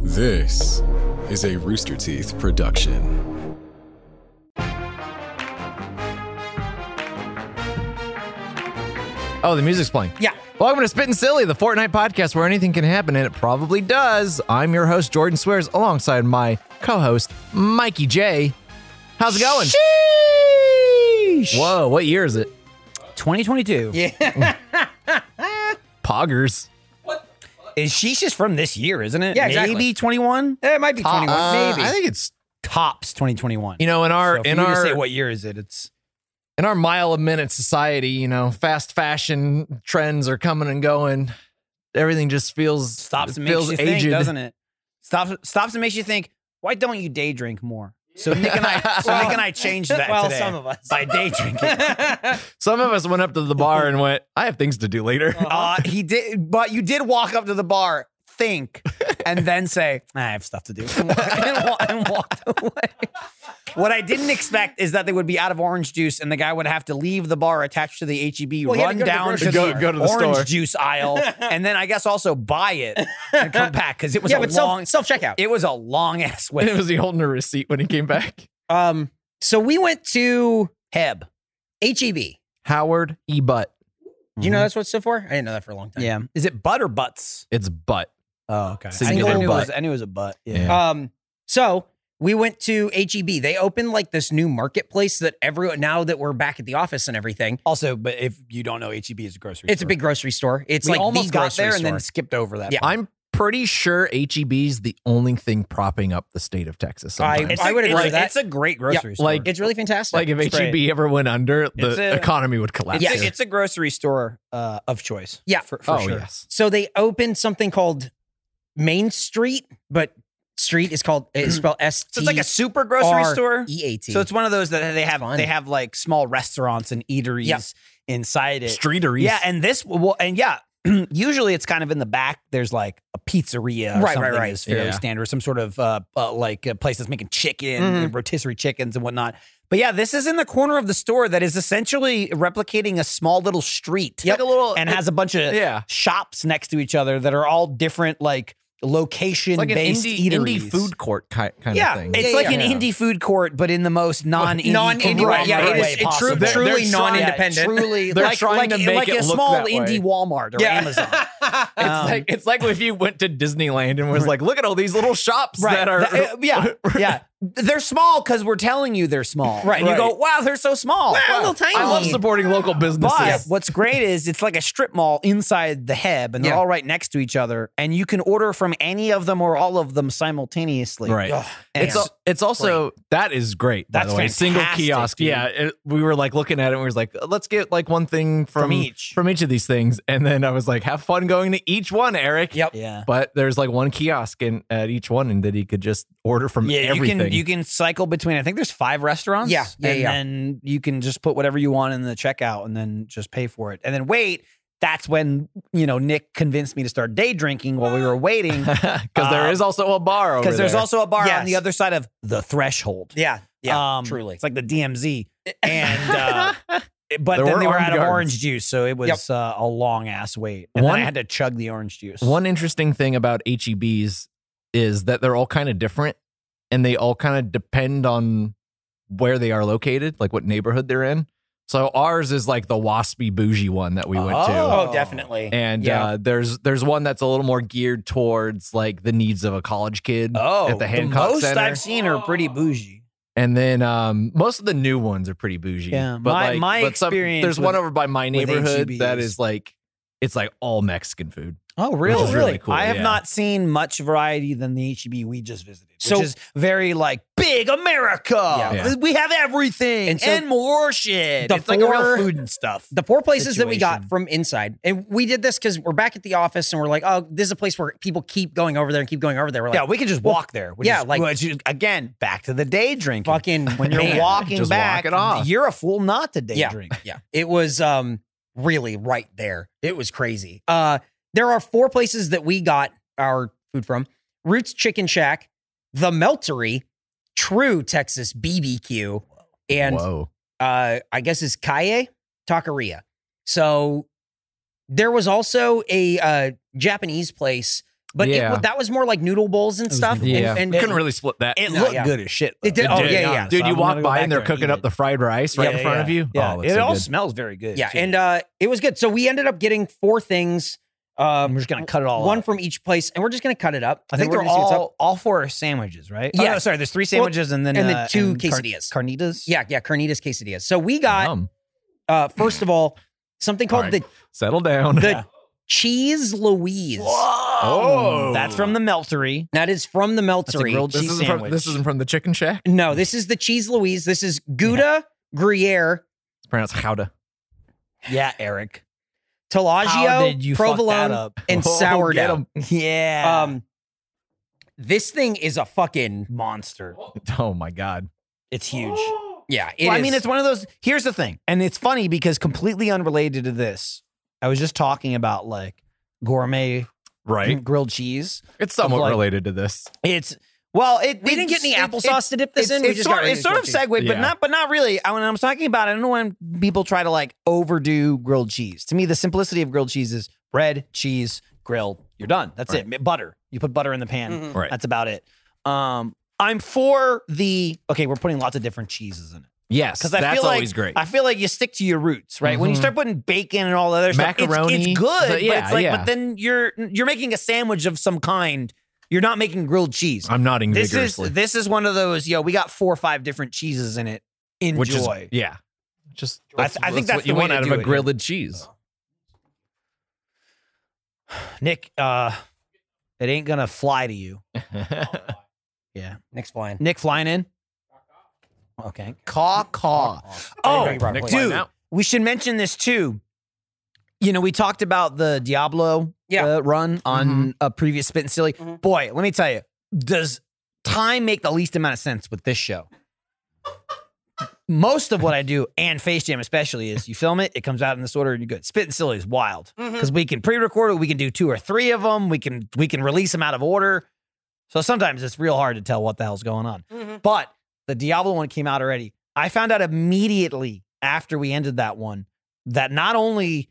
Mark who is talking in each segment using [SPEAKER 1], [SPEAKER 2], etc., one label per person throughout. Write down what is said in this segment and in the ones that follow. [SPEAKER 1] This is a Rooster Teeth production.
[SPEAKER 2] Oh, the music's playing.
[SPEAKER 3] Yeah.
[SPEAKER 2] Welcome to Spittin' Silly, the Fortnite podcast where anything can happen, and it probably does. I'm your host, Jordan Swears, alongside my co host, Mikey J. How's it going?
[SPEAKER 3] Sheesh.
[SPEAKER 2] Whoa, what year is it?
[SPEAKER 4] 2022.
[SPEAKER 2] Poggers.
[SPEAKER 4] Is she's just from this year, isn't it?
[SPEAKER 3] Yeah, exactly.
[SPEAKER 4] Maybe 21.
[SPEAKER 3] Eh, It might be 21,
[SPEAKER 2] Uh,
[SPEAKER 3] maybe.
[SPEAKER 2] I think it's,
[SPEAKER 4] Tops 2021.
[SPEAKER 2] you know, in
[SPEAKER 4] So
[SPEAKER 2] our,
[SPEAKER 4] if
[SPEAKER 2] in
[SPEAKER 4] you were to
[SPEAKER 2] our,
[SPEAKER 4] say what year is it? It's
[SPEAKER 2] in our mile a minute society, you know, fast fashion trends are coming and going. Everything just feels
[SPEAKER 4] stops and makes
[SPEAKER 2] feels
[SPEAKER 4] you
[SPEAKER 2] aged.
[SPEAKER 4] think, doesn't it? Stops stops and makes you think. Why don't you day drink more? So Nick and I, so Nick and I changed that
[SPEAKER 3] well,
[SPEAKER 4] today
[SPEAKER 3] some of us.
[SPEAKER 4] by day drinking.
[SPEAKER 2] Some of us went up to the bar and went, "I have things to do later."
[SPEAKER 4] Uh, he did, but you did walk up to the bar, think, and then say, "I have stuff to do," and, wa- and, wa- and walked away. What I didn't expect is that they would be out of orange juice, and the guy would have to leave the bar attached to the HEB,
[SPEAKER 3] Well, he had to go
[SPEAKER 4] run
[SPEAKER 3] to the
[SPEAKER 4] down to
[SPEAKER 3] grocery
[SPEAKER 4] the,
[SPEAKER 2] store. Go- go to the
[SPEAKER 4] orange
[SPEAKER 2] store.
[SPEAKER 4] juice aisle, and then I guess also buy it and come back because it was
[SPEAKER 3] yeah,
[SPEAKER 4] a
[SPEAKER 3] but
[SPEAKER 4] long.
[SPEAKER 3] self self checkout.
[SPEAKER 4] it was a long ass
[SPEAKER 2] And it
[SPEAKER 4] wait.
[SPEAKER 2] was he holding a receipt when he came back?
[SPEAKER 3] Um, so we went to
[SPEAKER 4] Heb.
[SPEAKER 3] HEB. Do
[SPEAKER 2] Howard E. Butt.
[SPEAKER 3] you know that's what it stood for? I didn't know that for a long time.
[SPEAKER 4] Mm-hmm. Yeah. Is it butt or butts?
[SPEAKER 2] It's butt.
[SPEAKER 4] Oh, okay.
[SPEAKER 2] Singular
[SPEAKER 4] I knew,
[SPEAKER 2] butt.
[SPEAKER 4] It was, I knew it was a butt. Yeah.
[SPEAKER 2] Yeah.
[SPEAKER 3] Um, so we went to HEB. They opened like this new marketplace that everyone now that we're back at the office and everything.
[SPEAKER 4] Also, but if you don't know, HEB is a grocery.
[SPEAKER 3] It's a
[SPEAKER 4] store.
[SPEAKER 3] big grocery store. It's
[SPEAKER 4] we
[SPEAKER 3] like
[SPEAKER 4] almost
[SPEAKER 3] the
[SPEAKER 4] got
[SPEAKER 3] grocery
[SPEAKER 4] there
[SPEAKER 3] store.
[SPEAKER 4] and then skipped over that.
[SPEAKER 3] Yeah.
[SPEAKER 4] part.
[SPEAKER 2] I'm pretty sure HEB's the only thing propping up the state of Texas.
[SPEAKER 3] I-
[SPEAKER 2] sometimes.
[SPEAKER 3] I would agree
[SPEAKER 4] it's,
[SPEAKER 3] with that.
[SPEAKER 4] It's a great grocery store.
[SPEAKER 2] Like-
[SPEAKER 3] it's really fantastic.
[SPEAKER 2] like if
[SPEAKER 4] it's
[SPEAKER 2] HEB ever went under,
[SPEAKER 4] It's
[SPEAKER 2] the
[SPEAKER 4] a-
[SPEAKER 2] economy would collapse.
[SPEAKER 4] it's,
[SPEAKER 3] yes.
[SPEAKER 4] a, it's a grocery store uh, of choice.
[SPEAKER 3] Yeah.
[SPEAKER 4] for, for
[SPEAKER 2] oh
[SPEAKER 4] sure.
[SPEAKER 2] yes.
[SPEAKER 3] so they opened something called Main Street, but street is called is spelled S
[SPEAKER 4] So
[SPEAKER 3] T
[SPEAKER 4] it's like a super grocery
[SPEAKER 3] R
[SPEAKER 4] store.
[SPEAKER 3] E A T.
[SPEAKER 4] So it's one of those that they have.
[SPEAKER 3] fun.
[SPEAKER 4] They have like small restaurants and eateries
[SPEAKER 3] Yeah.
[SPEAKER 4] inside it.
[SPEAKER 2] Streeteries.
[SPEAKER 4] Yeah, and this well, and yeah. Usually, it's kind of in the back. There's like a pizzeria,
[SPEAKER 3] Right,
[SPEAKER 4] or
[SPEAKER 3] right,
[SPEAKER 4] something
[SPEAKER 3] right.
[SPEAKER 4] Is fairly
[SPEAKER 2] Yeah.
[SPEAKER 4] standard, some sort of uh, uh, like a place that's making chicken
[SPEAKER 2] Mm-hmm.
[SPEAKER 3] Mhm.
[SPEAKER 4] and rotisserie chickens and whatnot. But yeah, this is in the corner of the store that is essentially replicating a small little street.
[SPEAKER 2] Like a little
[SPEAKER 4] and has a bunch of
[SPEAKER 2] yeah.
[SPEAKER 4] shops next to each other that are all different, like location
[SPEAKER 2] It's like an
[SPEAKER 4] based
[SPEAKER 2] indie,
[SPEAKER 4] eateries.
[SPEAKER 2] indie food court ki- kind
[SPEAKER 4] yeah,
[SPEAKER 2] of thing.
[SPEAKER 4] it's
[SPEAKER 3] Yeah,
[SPEAKER 4] like
[SPEAKER 3] yeah,
[SPEAKER 4] an
[SPEAKER 2] yeah.
[SPEAKER 4] indie food court, but in the most non-indie,
[SPEAKER 3] Non-indie way.
[SPEAKER 4] conglomerate
[SPEAKER 3] Yeah, it is-
[SPEAKER 4] way
[SPEAKER 3] it tru-
[SPEAKER 4] possible.
[SPEAKER 2] They're- truly they're trying-
[SPEAKER 3] non-independent.
[SPEAKER 4] Truly,
[SPEAKER 2] They're
[SPEAKER 4] like,
[SPEAKER 2] trying
[SPEAKER 4] like,
[SPEAKER 2] to make
[SPEAKER 4] like
[SPEAKER 2] it
[SPEAKER 4] a
[SPEAKER 2] look
[SPEAKER 4] small
[SPEAKER 2] that way.
[SPEAKER 4] indie Walmart or
[SPEAKER 3] Yeah.
[SPEAKER 4] Amazon.
[SPEAKER 2] It's
[SPEAKER 4] Um,
[SPEAKER 2] like it's like if you went to Disneyland and was like, look at all these little shops that are
[SPEAKER 4] Th- uh, yeah, yeah. They're small because we're telling you they're small.
[SPEAKER 3] Right.
[SPEAKER 4] And you go,
[SPEAKER 2] Right.
[SPEAKER 4] wow, they're so small.
[SPEAKER 3] Wow, little tiny.
[SPEAKER 2] I love supporting local businesses.
[SPEAKER 4] But what's great is it's like a strip mall inside the Heb, and they're
[SPEAKER 3] Yeah.
[SPEAKER 4] all right next to each other, and you can order from any of them or all of them simultaneously.
[SPEAKER 2] Right.
[SPEAKER 3] Ugh,
[SPEAKER 4] And
[SPEAKER 2] It's al- it's also that is great. By
[SPEAKER 4] That's
[SPEAKER 2] the way, single
[SPEAKER 4] fantastic,
[SPEAKER 2] kiosk.
[SPEAKER 4] dude.
[SPEAKER 2] Yeah, it- we were like looking at it. and We was like, let's get like one thing from,
[SPEAKER 4] From each.
[SPEAKER 2] from each of these things, and then I was like, have fun going to each one, Eric.
[SPEAKER 3] Yep.
[SPEAKER 4] yeah.
[SPEAKER 2] But there's like one kiosk in, at each one, and that he could just order from
[SPEAKER 4] Yeah,
[SPEAKER 2] everything.
[SPEAKER 4] you can you can cycle between. I think there's five restaurants.
[SPEAKER 3] Yeah, yeah,
[SPEAKER 4] and
[SPEAKER 3] yeah.
[SPEAKER 4] then you can just put whatever you want in the checkout, and then just pay for it, and then wait. That's when you know Nick convinced me to start day drinking while we
[SPEAKER 3] Ah.
[SPEAKER 4] were waiting,
[SPEAKER 2] because there is also a bar over
[SPEAKER 4] because Um, there's
[SPEAKER 2] there.
[SPEAKER 4] also a bar on
[SPEAKER 3] Yes.
[SPEAKER 4] the other side of the threshold.
[SPEAKER 3] Yeah. Yeah.
[SPEAKER 4] Um,
[SPEAKER 3] truly.
[SPEAKER 4] It's like the DMZ. And uh, but
[SPEAKER 2] There
[SPEAKER 4] then
[SPEAKER 2] were
[SPEAKER 4] they were
[SPEAKER 2] armed
[SPEAKER 4] out of
[SPEAKER 2] guards.
[SPEAKER 4] orange juice, so it was uh, a long ass wait. And
[SPEAKER 2] One-
[SPEAKER 4] then I had to chug the orange juice.
[SPEAKER 2] One interesting thing about HEBs is that they're all kind of different and they all kind of depend on where they are located, like what neighborhood they're in. So ours is like the waspy bougie one that we went to.
[SPEAKER 3] oh, definitely.
[SPEAKER 2] And
[SPEAKER 3] yeah.
[SPEAKER 2] uh, there's there's one that's a little more geared towards like the needs of a college kid
[SPEAKER 4] oh,
[SPEAKER 2] at the Hancock
[SPEAKER 4] most
[SPEAKER 2] Center.
[SPEAKER 4] I've seen are pretty bougie.
[SPEAKER 2] and then um, most of the new ones are pretty bougie.
[SPEAKER 4] Yeah,
[SPEAKER 2] but
[SPEAKER 4] my-
[SPEAKER 2] like,
[SPEAKER 4] my
[SPEAKER 2] but some-
[SPEAKER 4] experience
[SPEAKER 2] there's
[SPEAKER 4] with-
[SPEAKER 2] one over by my
[SPEAKER 4] with E
[SPEAKER 2] neighborhood that
[SPEAKER 4] HEBs.
[SPEAKER 2] is like it's like all Mexican food.
[SPEAKER 4] Oh,
[SPEAKER 2] really?
[SPEAKER 3] is really
[SPEAKER 2] cool,
[SPEAKER 4] I have
[SPEAKER 2] yeah.
[SPEAKER 4] not seen much variety than the HEB we just visited, which
[SPEAKER 3] So-
[SPEAKER 4] is very like big America.
[SPEAKER 3] Yeah.
[SPEAKER 2] Yeah.
[SPEAKER 4] We have everything and,
[SPEAKER 3] And so-
[SPEAKER 4] more shit.
[SPEAKER 3] The
[SPEAKER 4] It's like a
[SPEAKER 3] four-
[SPEAKER 4] real food and stuff.
[SPEAKER 3] the four places that we got
[SPEAKER 4] Situation.
[SPEAKER 3] from inside, and we did this because we're back at the office and we're like, oh, this is a place where people keep going over there and keep going over there. We're like,
[SPEAKER 4] yeah, we could just walk there. which
[SPEAKER 3] yeah,
[SPEAKER 4] is-
[SPEAKER 3] like-
[SPEAKER 4] which is, again, back to the day drinking.
[SPEAKER 3] fucking
[SPEAKER 4] when you're
[SPEAKER 3] man.
[SPEAKER 4] walking
[SPEAKER 2] Just walk
[SPEAKER 4] back,
[SPEAKER 2] it off.
[SPEAKER 4] you're a fool not to day
[SPEAKER 3] Yeah.
[SPEAKER 4] drink.
[SPEAKER 3] Yeah, it was um really right there. It was crazy. Uh, there are four places that we got our food from: Roots Chicken Shack, The Meltery, True Texas BBQ, and
[SPEAKER 2] Whoa.
[SPEAKER 3] uh, I guess is Kaye Taqueria. So there was also a uh, Japanese place But it
[SPEAKER 2] Yeah.
[SPEAKER 3] wa- that was more like noodle bowls and
[SPEAKER 4] was
[SPEAKER 3] stuff.
[SPEAKER 4] noodle
[SPEAKER 2] Yeah.
[SPEAKER 3] And, and
[SPEAKER 2] Couldn't really split that.
[SPEAKER 4] It
[SPEAKER 3] No,
[SPEAKER 4] looked
[SPEAKER 3] yeah.
[SPEAKER 4] good as shit.
[SPEAKER 3] It did-
[SPEAKER 4] though.
[SPEAKER 3] oh,
[SPEAKER 4] To be
[SPEAKER 3] yeah, yeah.
[SPEAKER 4] honest.
[SPEAKER 2] Dude,
[SPEAKER 4] I'm
[SPEAKER 2] you
[SPEAKER 4] gonna
[SPEAKER 2] walk
[SPEAKER 4] go
[SPEAKER 2] by
[SPEAKER 4] back
[SPEAKER 2] and they're
[SPEAKER 4] there
[SPEAKER 2] cooking
[SPEAKER 4] eat
[SPEAKER 2] up the
[SPEAKER 4] it.
[SPEAKER 2] fried rice right
[SPEAKER 4] Yeah,
[SPEAKER 2] in front
[SPEAKER 4] yeah.
[SPEAKER 2] of you.
[SPEAKER 4] Yeah,
[SPEAKER 2] Oh,
[SPEAKER 4] it
[SPEAKER 2] that's so
[SPEAKER 4] all
[SPEAKER 2] good.
[SPEAKER 4] smells very good.
[SPEAKER 3] yeah,
[SPEAKER 4] too.
[SPEAKER 3] and uh, it was good. So we ended up getting four things.
[SPEAKER 4] I'm
[SPEAKER 3] Um,
[SPEAKER 4] just gonna cut it all.
[SPEAKER 3] one
[SPEAKER 4] up.
[SPEAKER 3] from each place, and we're just gonna cut it up.
[SPEAKER 4] I
[SPEAKER 3] and
[SPEAKER 4] think
[SPEAKER 3] we're
[SPEAKER 4] they're
[SPEAKER 3] gonna see what's up.
[SPEAKER 4] all all four are sandwiches, right? Oh,
[SPEAKER 3] Yeah.
[SPEAKER 4] no, sorry. There's three
[SPEAKER 3] Well,
[SPEAKER 4] sandwiches and then
[SPEAKER 3] and then
[SPEAKER 4] uh,
[SPEAKER 3] two
[SPEAKER 4] car-
[SPEAKER 3] quesadillas.
[SPEAKER 4] carnitas.
[SPEAKER 3] Yeah, yeah, carnitas quesadillas. So we got
[SPEAKER 2] Yum.
[SPEAKER 3] uh, first of all something called
[SPEAKER 2] All
[SPEAKER 3] the
[SPEAKER 2] right. Settle down.
[SPEAKER 3] the cheese Louise.
[SPEAKER 2] Oh.
[SPEAKER 4] that's from the meltery.
[SPEAKER 3] That is from the
[SPEAKER 4] That's a
[SPEAKER 3] Meltery.
[SPEAKER 4] grilled
[SPEAKER 2] this,
[SPEAKER 4] cheese
[SPEAKER 2] isn't
[SPEAKER 4] sandwich.
[SPEAKER 2] from, this isn't from the chicken shack.
[SPEAKER 3] no, this is the cheese Louise. This is Gouda, Gruyere,
[SPEAKER 2] It's pronounced howda.
[SPEAKER 4] yeah, Eric. How did you
[SPEAKER 3] Tellagio,
[SPEAKER 4] fuck that
[SPEAKER 3] provolone,
[SPEAKER 4] up?
[SPEAKER 3] and
[SPEAKER 2] Oh, get
[SPEAKER 3] sourdough.
[SPEAKER 2] 'em.
[SPEAKER 4] Yeah,
[SPEAKER 3] Um, this thing is a fucking
[SPEAKER 4] monster.
[SPEAKER 2] Oh my god.
[SPEAKER 4] It's huge.
[SPEAKER 3] yeah. It
[SPEAKER 4] Well, I
[SPEAKER 3] is-
[SPEAKER 4] mean, it's one of those. Here's the thing, and it's funny because completely unrelated to this, I was just talking about like gourmet
[SPEAKER 2] Right.
[SPEAKER 4] grilled cheese.
[SPEAKER 2] It's somewhat
[SPEAKER 4] like-
[SPEAKER 2] related to this.
[SPEAKER 4] It's well, it
[SPEAKER 3] we didn't get any applesauce to dip this
[SPEAKER 4] It's,
[SPEAKER 3] in. We
[SPEAKER 4] it's
[SPEAKER 3] just
[SPEAKER 4] sort,
[SPEAKER 3] got
[SPEAKER 4] it's sort of
[SPEAKER 3] regular cheese.
[SPEAKER 4] segue, but
[SPEAKER 2] Yeah.
[SPEAKER 4] not but not really. I, when I'm talking about, it, I don't know when people try to like overdo grilled cheese. To me, the simplicity of grilled cheese is bread, cheese, grill. You're done. That's it. Butter. You put butter in the pan.
[SPEAKER 3] Mhm.
[SPEAKER 2] Right.
[SPEAKER 4] That's about it. Um, I'm for the okay. We're putting lots of different cheeses in it
[SPEAKER 2] Yes.
[SPEAKER 4] because I
[SPEAKER 2] that's
[SPEAKER 4] feel like
[SPEAKER 2] always great.
[SPEAKER 4] I feel like you stick to your roots, right? When you
[SPEAKER 2] Mhm.
[SPEAKER 4] start putting bacon and all the other stuff,
[SPEAKER 2] Macaroni.
[SPEAKER 4] it's, it's good.
[SPEAKER 2] So-
[SPEAKER 4] but
[SPEAKER 2] yeah,
[SPEAKER 4] it's like,
[SPEAKER 2] yeah.
[SPEAKER 4] but then you're you're making a sandwich of some kind. You're not making grilled cheese.
[SPEAKER 2] I'm nodding
[SPEAKER 4] This is
[SPEAKER 2] vigorously.
[SPEAKER 4] this is one of those. Yo, we got four or five different cheeses in it. Enjoy.
[SPEAKER 2] which is yeah. Just
[SPEAKER 4] I th- I think that's
[SPEAKER 2] what you
[SPEAKER 4] the way
[SPEAKER 2] want
[SPEAKER 4] to
[SPEAKER 2] out of
[SPEAKER 4] do
[SPEAKER 2] a
[SPEAKER 4] it. Oh,
[SPEAKER 2] grilled cheese.
[SPEAKER 4] Nick, uh, it ain't gonna fly to you. Yeah,
[SPEAKER 3] Nick's flying.
[SPEAKER 4] Nick flying in. Okay, caw caw.
[SPEAKER 3] Oh,
[SPEAKER 4] Oh,
[SPEAKER 3] Nick
[SPEAKER 2] flying
[SPEAKER 4] dude,
[SPEAKER 2] out.
[SPEAKER 4] we should mention this too. You know, we talked about the Diablo
[SPEAKER 3] Yeah.
[SPEAKER 4] uh, run on a previous Spit and Silly.
[SPEAKER 3] Mhm.
[SPEAKER 4] Boy, let me tell you, does time make the least amount of sense with this show? Most of what I do, and Face Jam especially, is you film it, it comes out in this order, and you're good. Spit and Silly is wild because we can pre-record it, we can do two or three of them, we can we can release them out of order. So sometimes it's real hard to tell what the hell's going on. But the Diablo one came out already. I found out immediately after we ended that one that not only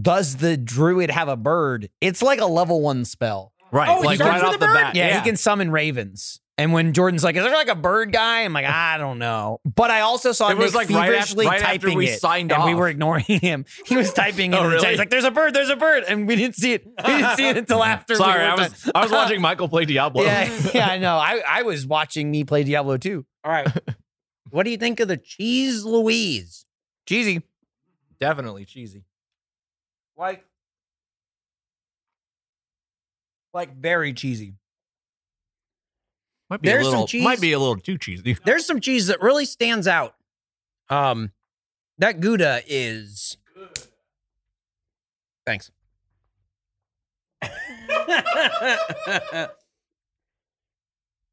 [SPEAKER 4] does the druid have a bird, it's like a level one spell.
[SPEAKER 2] Right.
[SPEAKER 3] Oh, it
[SPEAKER 2] like
[SPEAKER 3] starts
[SPEAKER 2] right
[SPEAKER 3] with
[SPEAKER 2] off
[SPEAKER 3] a
[SPEAKER 2] the
[SPEAKER 3] bird?
[SPEAKER 2] bat.
[SPEAKER 4] Yeah, he can summon ravens. And when Jordan's like, "Is there like a bird guy?" I'm like, "I don't know." But I also saw
[SPEAKER 2] It was, like,
[SPEAKER 4] Nick
[SPEAKER 2] right af-
[SPEAKER 4] feverishly
[SPEAKER 2] right after
[SPEAKER 4] typing
[SPEAKER 2] we
[SPEAKER 4] it,
[SPEAKER 2] signed
[SPEAKER 4] and we
[SPEAKER 2] off.
[SPEAKER 4] were ignoring him. He was typing
[SPEAKER 2] Oh,
[SPEAKER 4] in the chat.
[SPEAKER 2] really?
[SPEAKER 4] He's like, "There's a bird. There's a bird," and we didn't see it. We didn't see it until after. we
[SPEAKER 2] Sorry,
[SPEAKER 4] were
[SPEAKER 2] I
[SPEAKER 4] done.
[SPEAKER 2] was I was watching Michael play Diablo.
[SPEAKER 4] yeah, yeah, I know. I, I was watching me play Diablo too.
[SPEAKER 3] All right. what do you think of the cheese Louise?
[SPEAKER 4] Cheesy.
[SPEAKER 2] Definitely cheesy.
[SPEAKER 4] like like very cheesy.
[SPEAKER 2] Might be
[SPEAKER 3] There's
[SPEAKER 2] a
[SPEAKER 3] some
[SPEAKER 2] little
[SPEAKER 3] cheese.
[SPEAKER 2] might be a little too cheesy.
[SPEAKER 3] There's some cheese that really stands out. Um, that Gouda is. Thanks.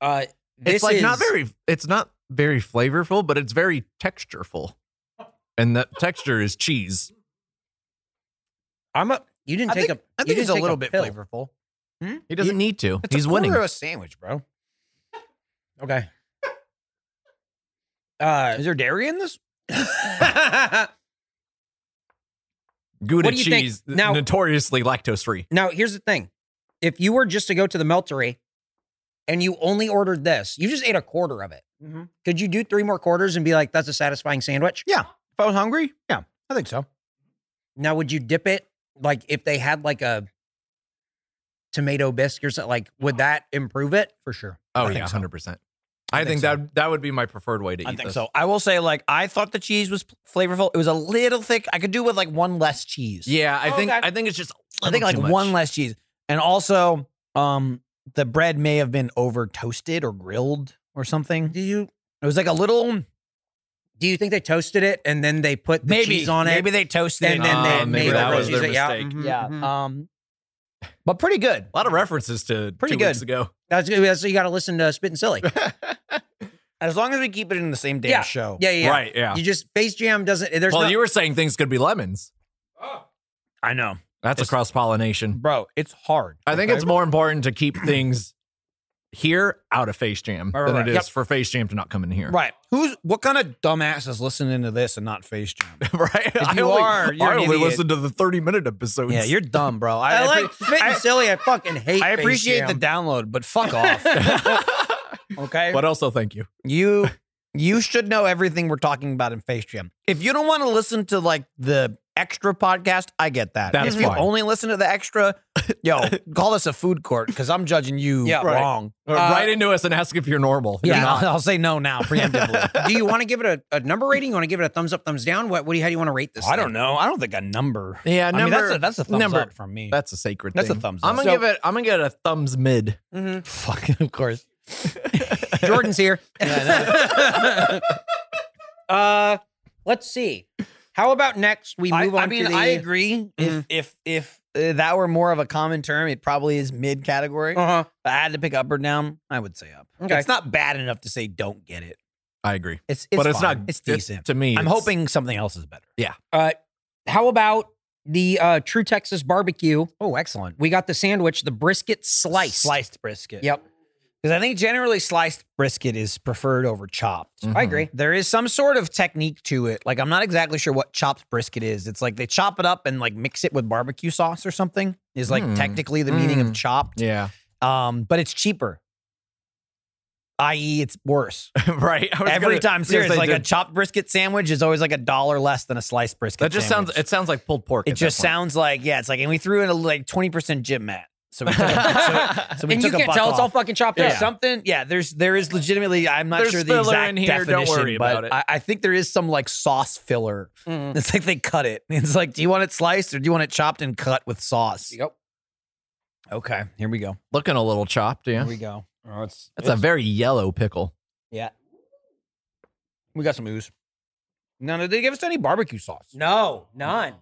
[SPEAKER 3] uh, this
[SPEAKER 2] it's like
[SPEAKER 3] is
[SPEAKER 2] not very it's not very flavorful, but it's very textureful. And that texture is cheese.
[SPEAKER 3] I'm a. You didn't
[SPEAKER 4] I
[SPEAKER 3] take
[SPEAKER 4] think,
[SPEAKER 3] a.
[SPEAKER 4] I
[SPEAKER 3] you
[SPEAKER 4] think
[SPEAKER 3] didn't
[SPEAKER 4] it's a
[SPEAKER 3] take
[SPEAKER 4] little bit
[SPEAKER 3] pill.
[SPEAKER 4] flavorful.
[SPEAKER 2] He doesn't need to. He's
[SPEAKER 4] a
[SPEAKER 2] winning.
[SPEAKER 4] quarter of a sandwich, bro.
[SPEAKER 3] Okay. Uh,
[SPEAKER 4] Is there dairy in this?
[SPEAKER 2] Gouda
[SPEAKER 3] What do you think?
[SPEAKER 2] cheese,
[SPEAKER 3] Now-
[SPEAKER 2] notoriously lactose free.
[SPEAKER 3] now here's the thing: if you were just to go to the meltery, and you only ordered this, you just ate a quarter of it.
[SPEAKER 4] Mm-hmm.
[SPEAKER 3] Could you do three more quarters and be like, that's a satisfying sandwich?
[SPEAKER 4] If I was hungry, yeah, I think so.
[SPEAKER 3] Now, would you dip it? Like, if they had like a tomato bisque or something, like, would that improve it?
[SPEAKER 4] Oh. For sure.
[SPEAKER 2] Oh
[SPEAKER 4] I think
[SPEAKER 2] yeah,
[SPEAKER 4] so.
[SPEAKER 2] hundred percent. I,
[SPEAKER 4] think
[SPEAKER 2] think,
[SPEAKER 4] so.
[SPEAKER 2] that that would be my preferred way to eat
[SPEAKER 4] I think
[SPEAKER 2] this.
[SPEAKER 4] so. I will say, like, I thought the cheese was flavorful. It was a little thick. I could do with like one less cheese.
[SPEAKER 2] Yeah, I
[SPEAKER 3] Oh,
[SPEAKER 2] think
[SPEAKER 3] okay.
[SPEAKER 2] I think it's just. a
[SPEAKER 4] I think
[SPEAKER 2] little
[SPEAKER 4] like
[SPEAKER 2] too much.
[SPEAKER 4] one less cheese. And also, um, the bread may have been over toasted or grilled or something.
[SPEAKER 3] Do you
[SPEAKER 4] It was like a little
[SPEAKER 3] do you think they toasted it and then they put the
[SPEAKER 4] maybe
[SPEAKER 3] cheese on it?
[SPEAKER 4] Maybe they toasted
[SPEAKER 3] and
[SPEAKER 4] it.
[SPEAKER 3] then they
[SPEAKER 2] Ah,
[SPEAKER 3] made
[SPEAKER 2] maybe
[SPEAKER 3] it
[SPEAKER 2] that
[SPEAKER 3] real
[SPEAKER 2] was
[SPEAKER 3] cheese.
[SPEAKER 2] their
[SPEAKER 3] yeah,
[SPEAKER 2] mistake.
[SPEAKER 3] mhm,
[SPEAKER 4] Yeah.
[SPEAKER 3] mhm.
[SPEAKER 4] Um, but pretty good.
[SPEAKER 2] A lot of references to
[SPEAKER 4] Pretty
[SPEAKER 2] two
[SPEAKER 4] good.
[SPEAKER 2] weeks ago.
[SPEAKER 3] That's good. That's- you got to listen to Spit and Silly.
[SPEAKER 4] Oh, As long as we keep it in the same damn show.
[SPEAKER 3] Yeah, yeah, yeah.
[SPEAKER 2] Right. Yeah.
[SPEAKER 3] You just face jam doesn't. There's
[SPEAKER 2] well,
[SPEAKER 3] no,
[SPEAKER 2] you were saying things could be lemons.
[SPEAKER 4] I know.
[SPEAKER 2] That's a
[SPEAKER 4] It's-
[SPEAKER 2] cross pollination.
[SPEAKER 4] Bro, it's hard.
[SPEAKER 2] I think
[SPEAKER 4] Okay?
[SPEAKER 2] it's more important to keep things here out of Face Jam
[SPEAKER 4] Right, right,
[SPEAKER 2] than
[SPEAKER 4] right.
[SPEAKER 2] it is
[SPEAKER 4] Yep.
[SPEAKER 2] for Face Jam to not come in here.
[SPEAKER 4] Right. Who's what kind of dumbass is listening to this and not face jam?
[SPEAKER 2] right. I
[SPEAKER 4] you
[SPEAKER 2] only,
[SPEAKER 4] are, you're
[SPEAKER 2] I
[SPEAKER 4] an
[SPEAKER 2] only
[SPEAKER 4] idiot.
[SPEAKER 2] listened to the 30 minute episodes.
[SPEAKER 4] Yeah, you're dumb, bro. I,
[SPEAKER 3] I
[SPEAKER 4] appre-
[SPEAKER 3] like spitting
[SPEAKER 4] I-
[SPEAKER 3] silly. I fucking hate.
[SPEAKER 4] I
[SPEAKER 3] Face
[SPEAKER 4] appreciate the
[SPEAKER 3] Jam.
[SPEAKER 4] download, but fuck off. okay.
[SPEAKER 2] But also, thank you.
[SPEAKER 4] you you should know everything we're talking about in Face Jam. If you don't want to listen to like the extra podcast, I get that.
[SPEAKER 2] That's
[SPEAKER 4] if you
[SPEAKER 2] fine.
[SPEAKER 4] only listen to the extra, yo, call us a food court because I'm judging you
[SPEAKER 3] Yeah,
[SPEAKER 2] right.
[SPEAKER 4] wrong.
[SPEAKER 2] Or
[SPEAKER 4] Uh,
[SPEAKER 2] right into us and ask if you're normal. You're
[SPEAKER 4] Yeah,
[SPEAKER 2] not.
[SPEAKER 4] I'll, I'll say no now preemptively.
[SPEAKER 3] do you want to give it a, a number rating? You want to give it a thumbs up, thumbs down? What? What do you? How do you want to rate this?
[SPEAKER 4] I don't
[SPEAKER 3] thing?
[SPEAKER 4] know. I don't think a number.
[SPEAKER 2] Yeah,
[SPEAKER 4] I mean,
[SPEAKER 2] number.
[SPEAKER 4] that's a, that's a thumbs
[SPEAKER 2] number-
[SPEAKER 4] up from me.
[SPEAKER 2] That's a sacred.
[SPEAKER 4] That's a
[SPEAKER 2] thing.
[SPEAKER 4] thumbs
[SPEAKER 2] I'm
[SPEAKER 4] up.
[SPEAKER 2] gonna
[SPEAKER 4] So-
[SPEAKER 2] give it. I'm gonna get a thumbs mid.
[SPEAKER 3] Mhm.
[SPEAKER 4] fucking of course.
[SPEAKER 3] Jordan's here. uh, let's see. How about next? We
[SPEAKER 4] I,
[SPEAKER 3] move on.
[SPEAKER 4] I mean,
[SPEAKER 3] to the,
[SPEAKER 4] I agree.
[SPEAKER 3] Mhm.
[SPEAKER 4] If if if uh, that were more of a common term, it probably is mid category.
[SPEAKER 3] Uh huh.
[SPEAKER 4] I had to pick up or down, I would say up.
[SPEAKER 3] Okay.
[SPEAKER 4] It's not bad enough to say don't get it.
[SPEAKER 2] I agree,
[SPEAKER 4] It's,
[SPEAKER 2] but it's
[SPEAKER 4] fine.
[SPEAKER 2] not.
[SPEAKER 4] It's
[SPEAKER 2] it-
[SPEAKER 4] decent.
[SPEAKER 2] to me.
[SPEAKER 4] I'm
[SPEAKER 2] it's-
[SPEAKER 4] hoping something else is better.
[SPEAKER 3] Uh, how about the uh, True Texas barbecue?
[SPEAKER 4] Oh, excellent.
[SPEAKER 3] We got the sandwich, the brisket slice.
[SPEAKER 4] Sliced brisket.
[SPEAKER 3] Yep,
[SPEAKER 4] Because I think generally sliced brisket is preferred over chopped.
[SPEAKER 2] Mhm.
[SPEAKER 3] I agree.
[SPEAKER 4] There is some sort of technique to it. Like I'm not exactly sure what chopped brisket is. It's like they chop it up and like mix it with barbecue sauce or something. Is like
[SPEAKER 2] Hmm.
[SPEAKER 4] technically the meaning
[SPEAKER 2] Hmm.
[SPEAKER 4] of chopped.
[SPEAKER 2] Yeah.
[SPEAKER 4] Um, but it's cheaper. I.e., it's worse.
[SPEAKER 2] right. I was
[SPEAKER 4] Every
[SPEAKER 2] gonna-
[SPEAKER 4] time,
[SPEAKER 2] yes,
[SPEAKER 4] seriously,
[SPEAKER 2] I
[SPEAKER 4] like a
[SPEAKER 2] did.
[SPEAKER 4] chopped brisket sandwich is always like a dollar less than a sliced brisket.
[SPEAKER 2] That just
[SPEAKER 4] sandwich.
[SPEAKER 2] sounds. It sounds like pulled pork.
[SPEAKER 4] It
[SPEAKER 2] at
[SPEAKER 4] just
[SPEAKER 2] that
[SPEAKER 4] sounds like yeah. It's like and we threw in a like twenty percent gym mat. So we took a,
[SPEAKER 2] point.
[SPEAKER 4] so, so we
[SPEAKER 3] and you
[SPEAKER 4] took a
[SPEAKER 3] can't
[SPEAKER 4] buck
[SPEAKER 3] tell
[SPEAKER 4] off.
[SPEAKER 3] it's all fucking chopped
[SPEAKER 4] yeah.
[SPEAKER 3] up.
[SPEAKER 4] something. Yeah, there's there is legitimately. I'm not
[SPEAKER 2] There's
[SPEAKER 4] sure the
[SPEAKER 2] filler
[SPEAKER 4] exact
[SPEAKER 2] in here, don't
[SPEAKER 4] definition,
[SPEAKER 2] worry
[SPEAKER 4] but
[SPEAKER 2] about it.
[SPEAKER 4] I, I think there is some like sauce filler.
[SPEAKER 3] Mhm.
[SPEAKER 4] It's like they cut it. It's like, do you want it sliced or do you want it chopped and cut with sauce?
[SPEAKER 3] Yep.
[SPEAKER 4] Okay, here we go.
[SPEAKER 2] Looking a little chopped. Yeah.
[SPEAKER 4] Here we go. Oh, it's,
[SPEAKER 2] That's a very yellow pickle.
[SPEAKER 4] yeah. We got some ooze. No, no, they give us any barbecue sauce.
[SPEAKER 3] No, none.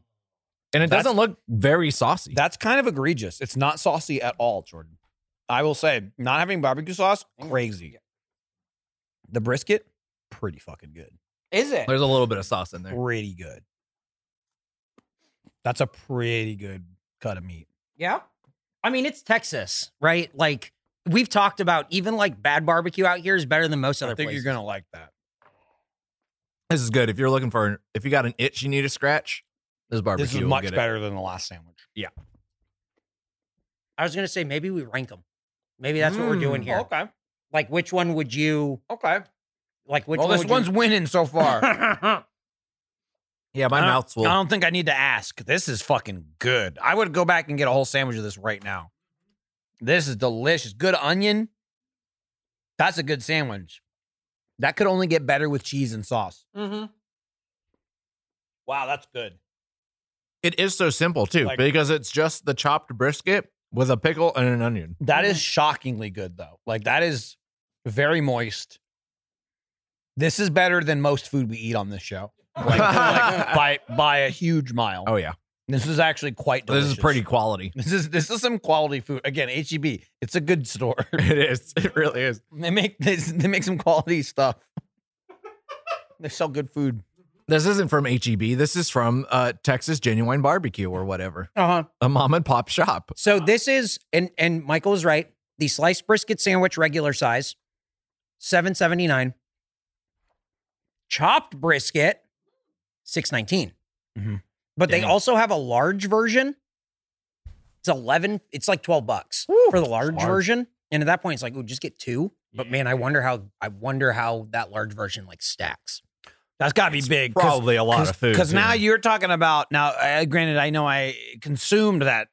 [SPEAKER 2] And it
[SPEAKER 4] That's-
[SPEAKER 2] doesn't look very saucy.
[SPEAKER 4] That's kind of egregious. It's not saucy at all, Jordan. I will say, not having barbecue sauce, crazy. The brisket, pretty fucking good.
[SPEAKER 3] Is it?
[SPEAKER 2] There's a little bit of sauce in there.
[SPEAKER 4] Pretty good. That's a pretty good cut of meat.
[SPEAKER 3] Yeah. I mean, it's Texas, right? Like we've talked about, even like bad barbecue out here is better than most other
[SPEAKER 4] I think
[SPEAKER 3] places.
[SPEAKER 4] you're gonna like that.
[SPEAKER 2] This is good. If you're looking for, an, if you got an itch you need to scratch, this barbecue
[SPEAKER 4] This is
[SPEAKER 2] will
[SPEAKER 4] much
[SPEAKER 2] get it.
[SPEAKER 4] better than the last sandwich.
[SPEAKER 3] I was gonna say maybe we rank them. Maybe that's what we're doing
[SPEAKER 2] Mm.
[SPEAKER 3] here.
[SPEAKER 4] Okay.
[SPEAKER 3] Like, which one would you
[SPEAKER 4] Okay.
[SPEAKER 3] like? Which
[SPEAKER 4] well,
[SPEAKER 3] one
[SPEAKER 4] this
[SPEAKER 3] would
[SPEAKER 4] one's winning so far.
[SPEAKER 3] You...
[SPEAKER 2] Yeah, my
[SPEAKER 4] I don't-
[SPEAKER 2] mouth's full.
[SPEAKER 4] I don't think I need to ask. This is fucking good. I would go back and get a whole sandwich of this right now. This is delicious. Good onion. That's a good sandwich. That could only get better with cheese and sauce.
[SPEAKER 3] mm-hmm.
[SPEAKER 4] Wow, that's good.
[SPEAKER 2] It is so simple too,
[SPEAKER 4] Like-
[SPEAKER 2] because it's just the chopped brisket with a pickle and an onion.
[SPEAKER 4] That is shockingly good though. Like that is very moist. This is better than most food we eat on this show. Like, like, by by a huge mile.
[SPEAKER 2] Oh yeah,
[SPEAKER 4] This is actually quite delicious.
[SPEAKER 2] this is pretty quality.
[SPEAKER 4] This is this is some quality food. Again, HEB. It's a good store.
[SPEAKER 2] It is. It really is.
[SPEAKER 4] They make this, they make some quality stuff. they sell good food.
[SPEAKER 2] This isn't from HEB. This is from uh, Texas Genuine Barbecue or whatever,
[SPEAKER 3] Uh huh.
[SPEAKER 2] a mom and pop shop.
[SPEAKER 3] So this is and and Michael is right. The sliced brisket sandwich, regular size, seven seventy nine. Chopped brisket, six
[SPEAKER 4] Mhm.
[SPEAKER 3] But they
[SPEAKER 2] Damn.
[SPEAKER 3] also have a large version. It's eleven. It's like twelve bucks for the large,
[SPEAKER 2] large.
[SPEAKER 3] version. And at that point, it's like, oh, just get two. But man, I wonder how I wonder how that large version like stacks.
[SPEAKER 4] That's got to be big.
[SPEAKER 2] Probably a lot
[SPEAKER 4] cause,
[SPEAKER 2] of food.
[SPEAKER 4] Because
[SPEAKER 2] too.
[SPEAKER 4] now you're talking about now. Uh, granted, I know I consumed that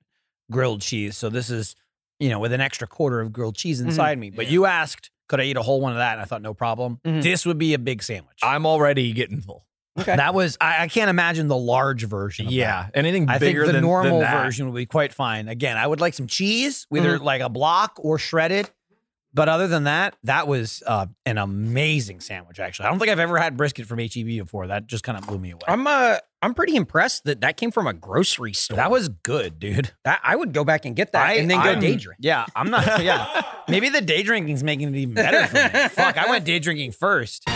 [SPEAKER 4] grilled cheese, so this is you know with an extra quarter of grilled cheese inside me. But
[SPEAKER 2] Yeah.
[SPEAKER 4] you asked, could I eat a whole one of that? And I thought no problem.
[SPEAKER 3] Mhm.
[SPEAKER 4] This would be a big sandwich.
[SPEAKER 2] I'm already getting full.
[SPEAKER 3] Okay.
[SPEAKER 4] that was I, I can't imagine the large version. Of that.
[SPEAKER 2] Yeah, anything
[SPEAKER 4] I think
[SPEAKER 2] bigger
[SPEAKER 4] the
[SPEAKER 2] than
[SPEAKER 4] normal
[SPEAKER 2] than that.
[SPEAKER 4] version would be quite fine. Again, I would like some cheese, either like a block or shredded. But other than that, that was uh, an amazing sandwich. Actually, I don't think I've ever had brisket from HEB before. That just kind of blew me away.
[SPEAKER 3] I'm uh I'm pretty impressed that that came from a grocery store.
[SPEAKER 4] that was good, dude.
[SPEAKER 3] That- I would go back and get that and then go
[SPEAKER 4] I'm-
[SPEAKER 3] day drink.
[SPEAKER 4] Yeah, I'm not. Yeah, maybe the day drinking's making it even better for me. Fuck, I went day drinking first.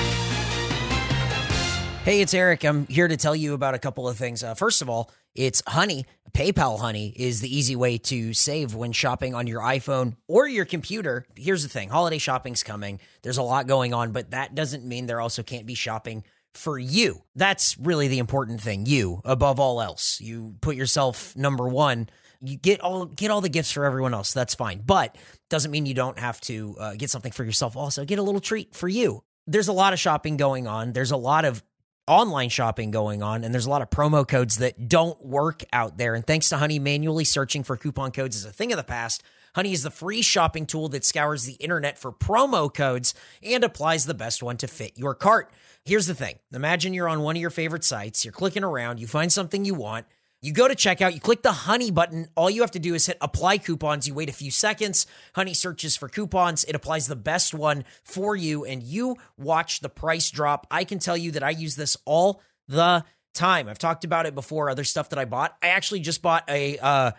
[SPEAKER 3] Hey, it's Eric. I'm here to tell you about a couple of things. Uh, first of all, it's Honey. PayPal Honey is the easy way to save when shopping on your iPhone or your computer. Here's the thing holiday shopping's coming, there's a lot going on, but that doesn't mean there also can't be shopping for you. That's really the important thing. You, above all else, you put yourself number one you get all get all the gifts for everyone else. That's fine, but doesn't mean you don't have to uh, get something for yourself. Also, get a little treat for you. There's a lot of shopping going on. There's a lot of online shopping going on, and there's a lot of promo codes that don't work out there. And thanks to Honey, manually searching for coupon codes is a thing of the past. Honey is the free shopping tool that scours the internet for promo codes and applies the best one to fit your cart. Here's the thing imagine you're on one of your favorite sites, you're clicking around, you find something you want. You go to checkout, you click the honey button. All you have to do is hit apply coupons. You wait a few seconds. Honey searches for coupons. It applies the best one for you, and you watch the price drop. I can tell you that I use this all the time. I've talked about it before, other stuff that I bought. I actually just bought a, uh,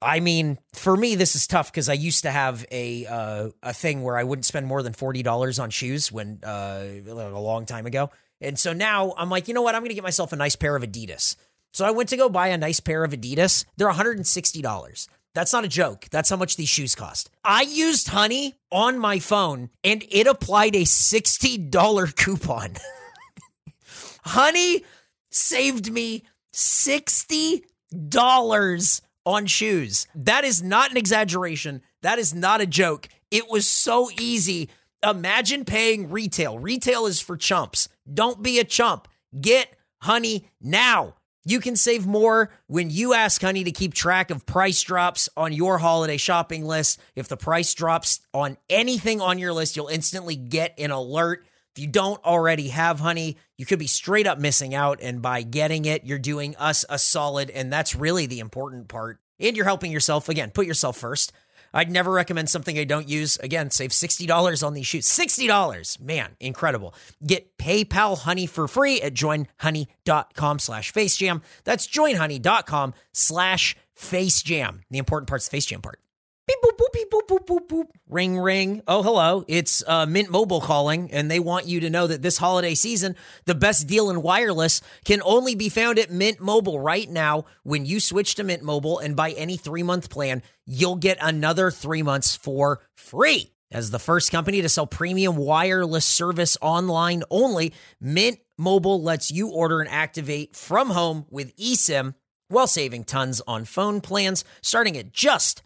[SPEAKER 3] I mean, for me, this is tough because I used to have a uh, a thing where I wouldn't spend more than forty dollars on shoes when uh, a long time ago, and so now I'm like, you know what? I'm going to get myself a nice pair of Adidas. So I went to go buy a nice pair of Adidas. They're $160. That's not a joke. That's how much these shoes cost. I used Honey on my phone and it applied a $60 coupon. Honey saved me $60 on shoes. That is not an exaggeration. That is not a joke. It was so easy. Imagine paying retail. Retail is for chumps. Don't be a chump. Get honey now. You can save more when you ask Honey to keep track of price drops on your holiday shopping list. If the price drops on anything on your list, you'll instantly get an alert. If you don't already have honey, you could be straight up missing out. And by getting it, you're doing us a solid. And that's really the important part. And you're helping yourself. Again, put yourself first. I'd never recommend something I don't use. Again, save $60 on these shoes. $60. Man, incredible. Get PayPal Honey for free at joinhoney.com slash facejam. That's joinhoney.com slash facejam. The important part's the facejam part. Beep boop boop beep boop boop boop boop. Ring ring. Oh hello, it's uh, Mint Mobile calling, and they want you to know that this holiday season, the best deal in wireless can only be found at Mint Mobile right now. When you switch to Mint Mobile and buy any three month plan, you'll get another three months for free. As the first company to sell premium wireless service online only, Mint Mobile lets you order and activate from home with eSIM while saving tons on phone plans starting at just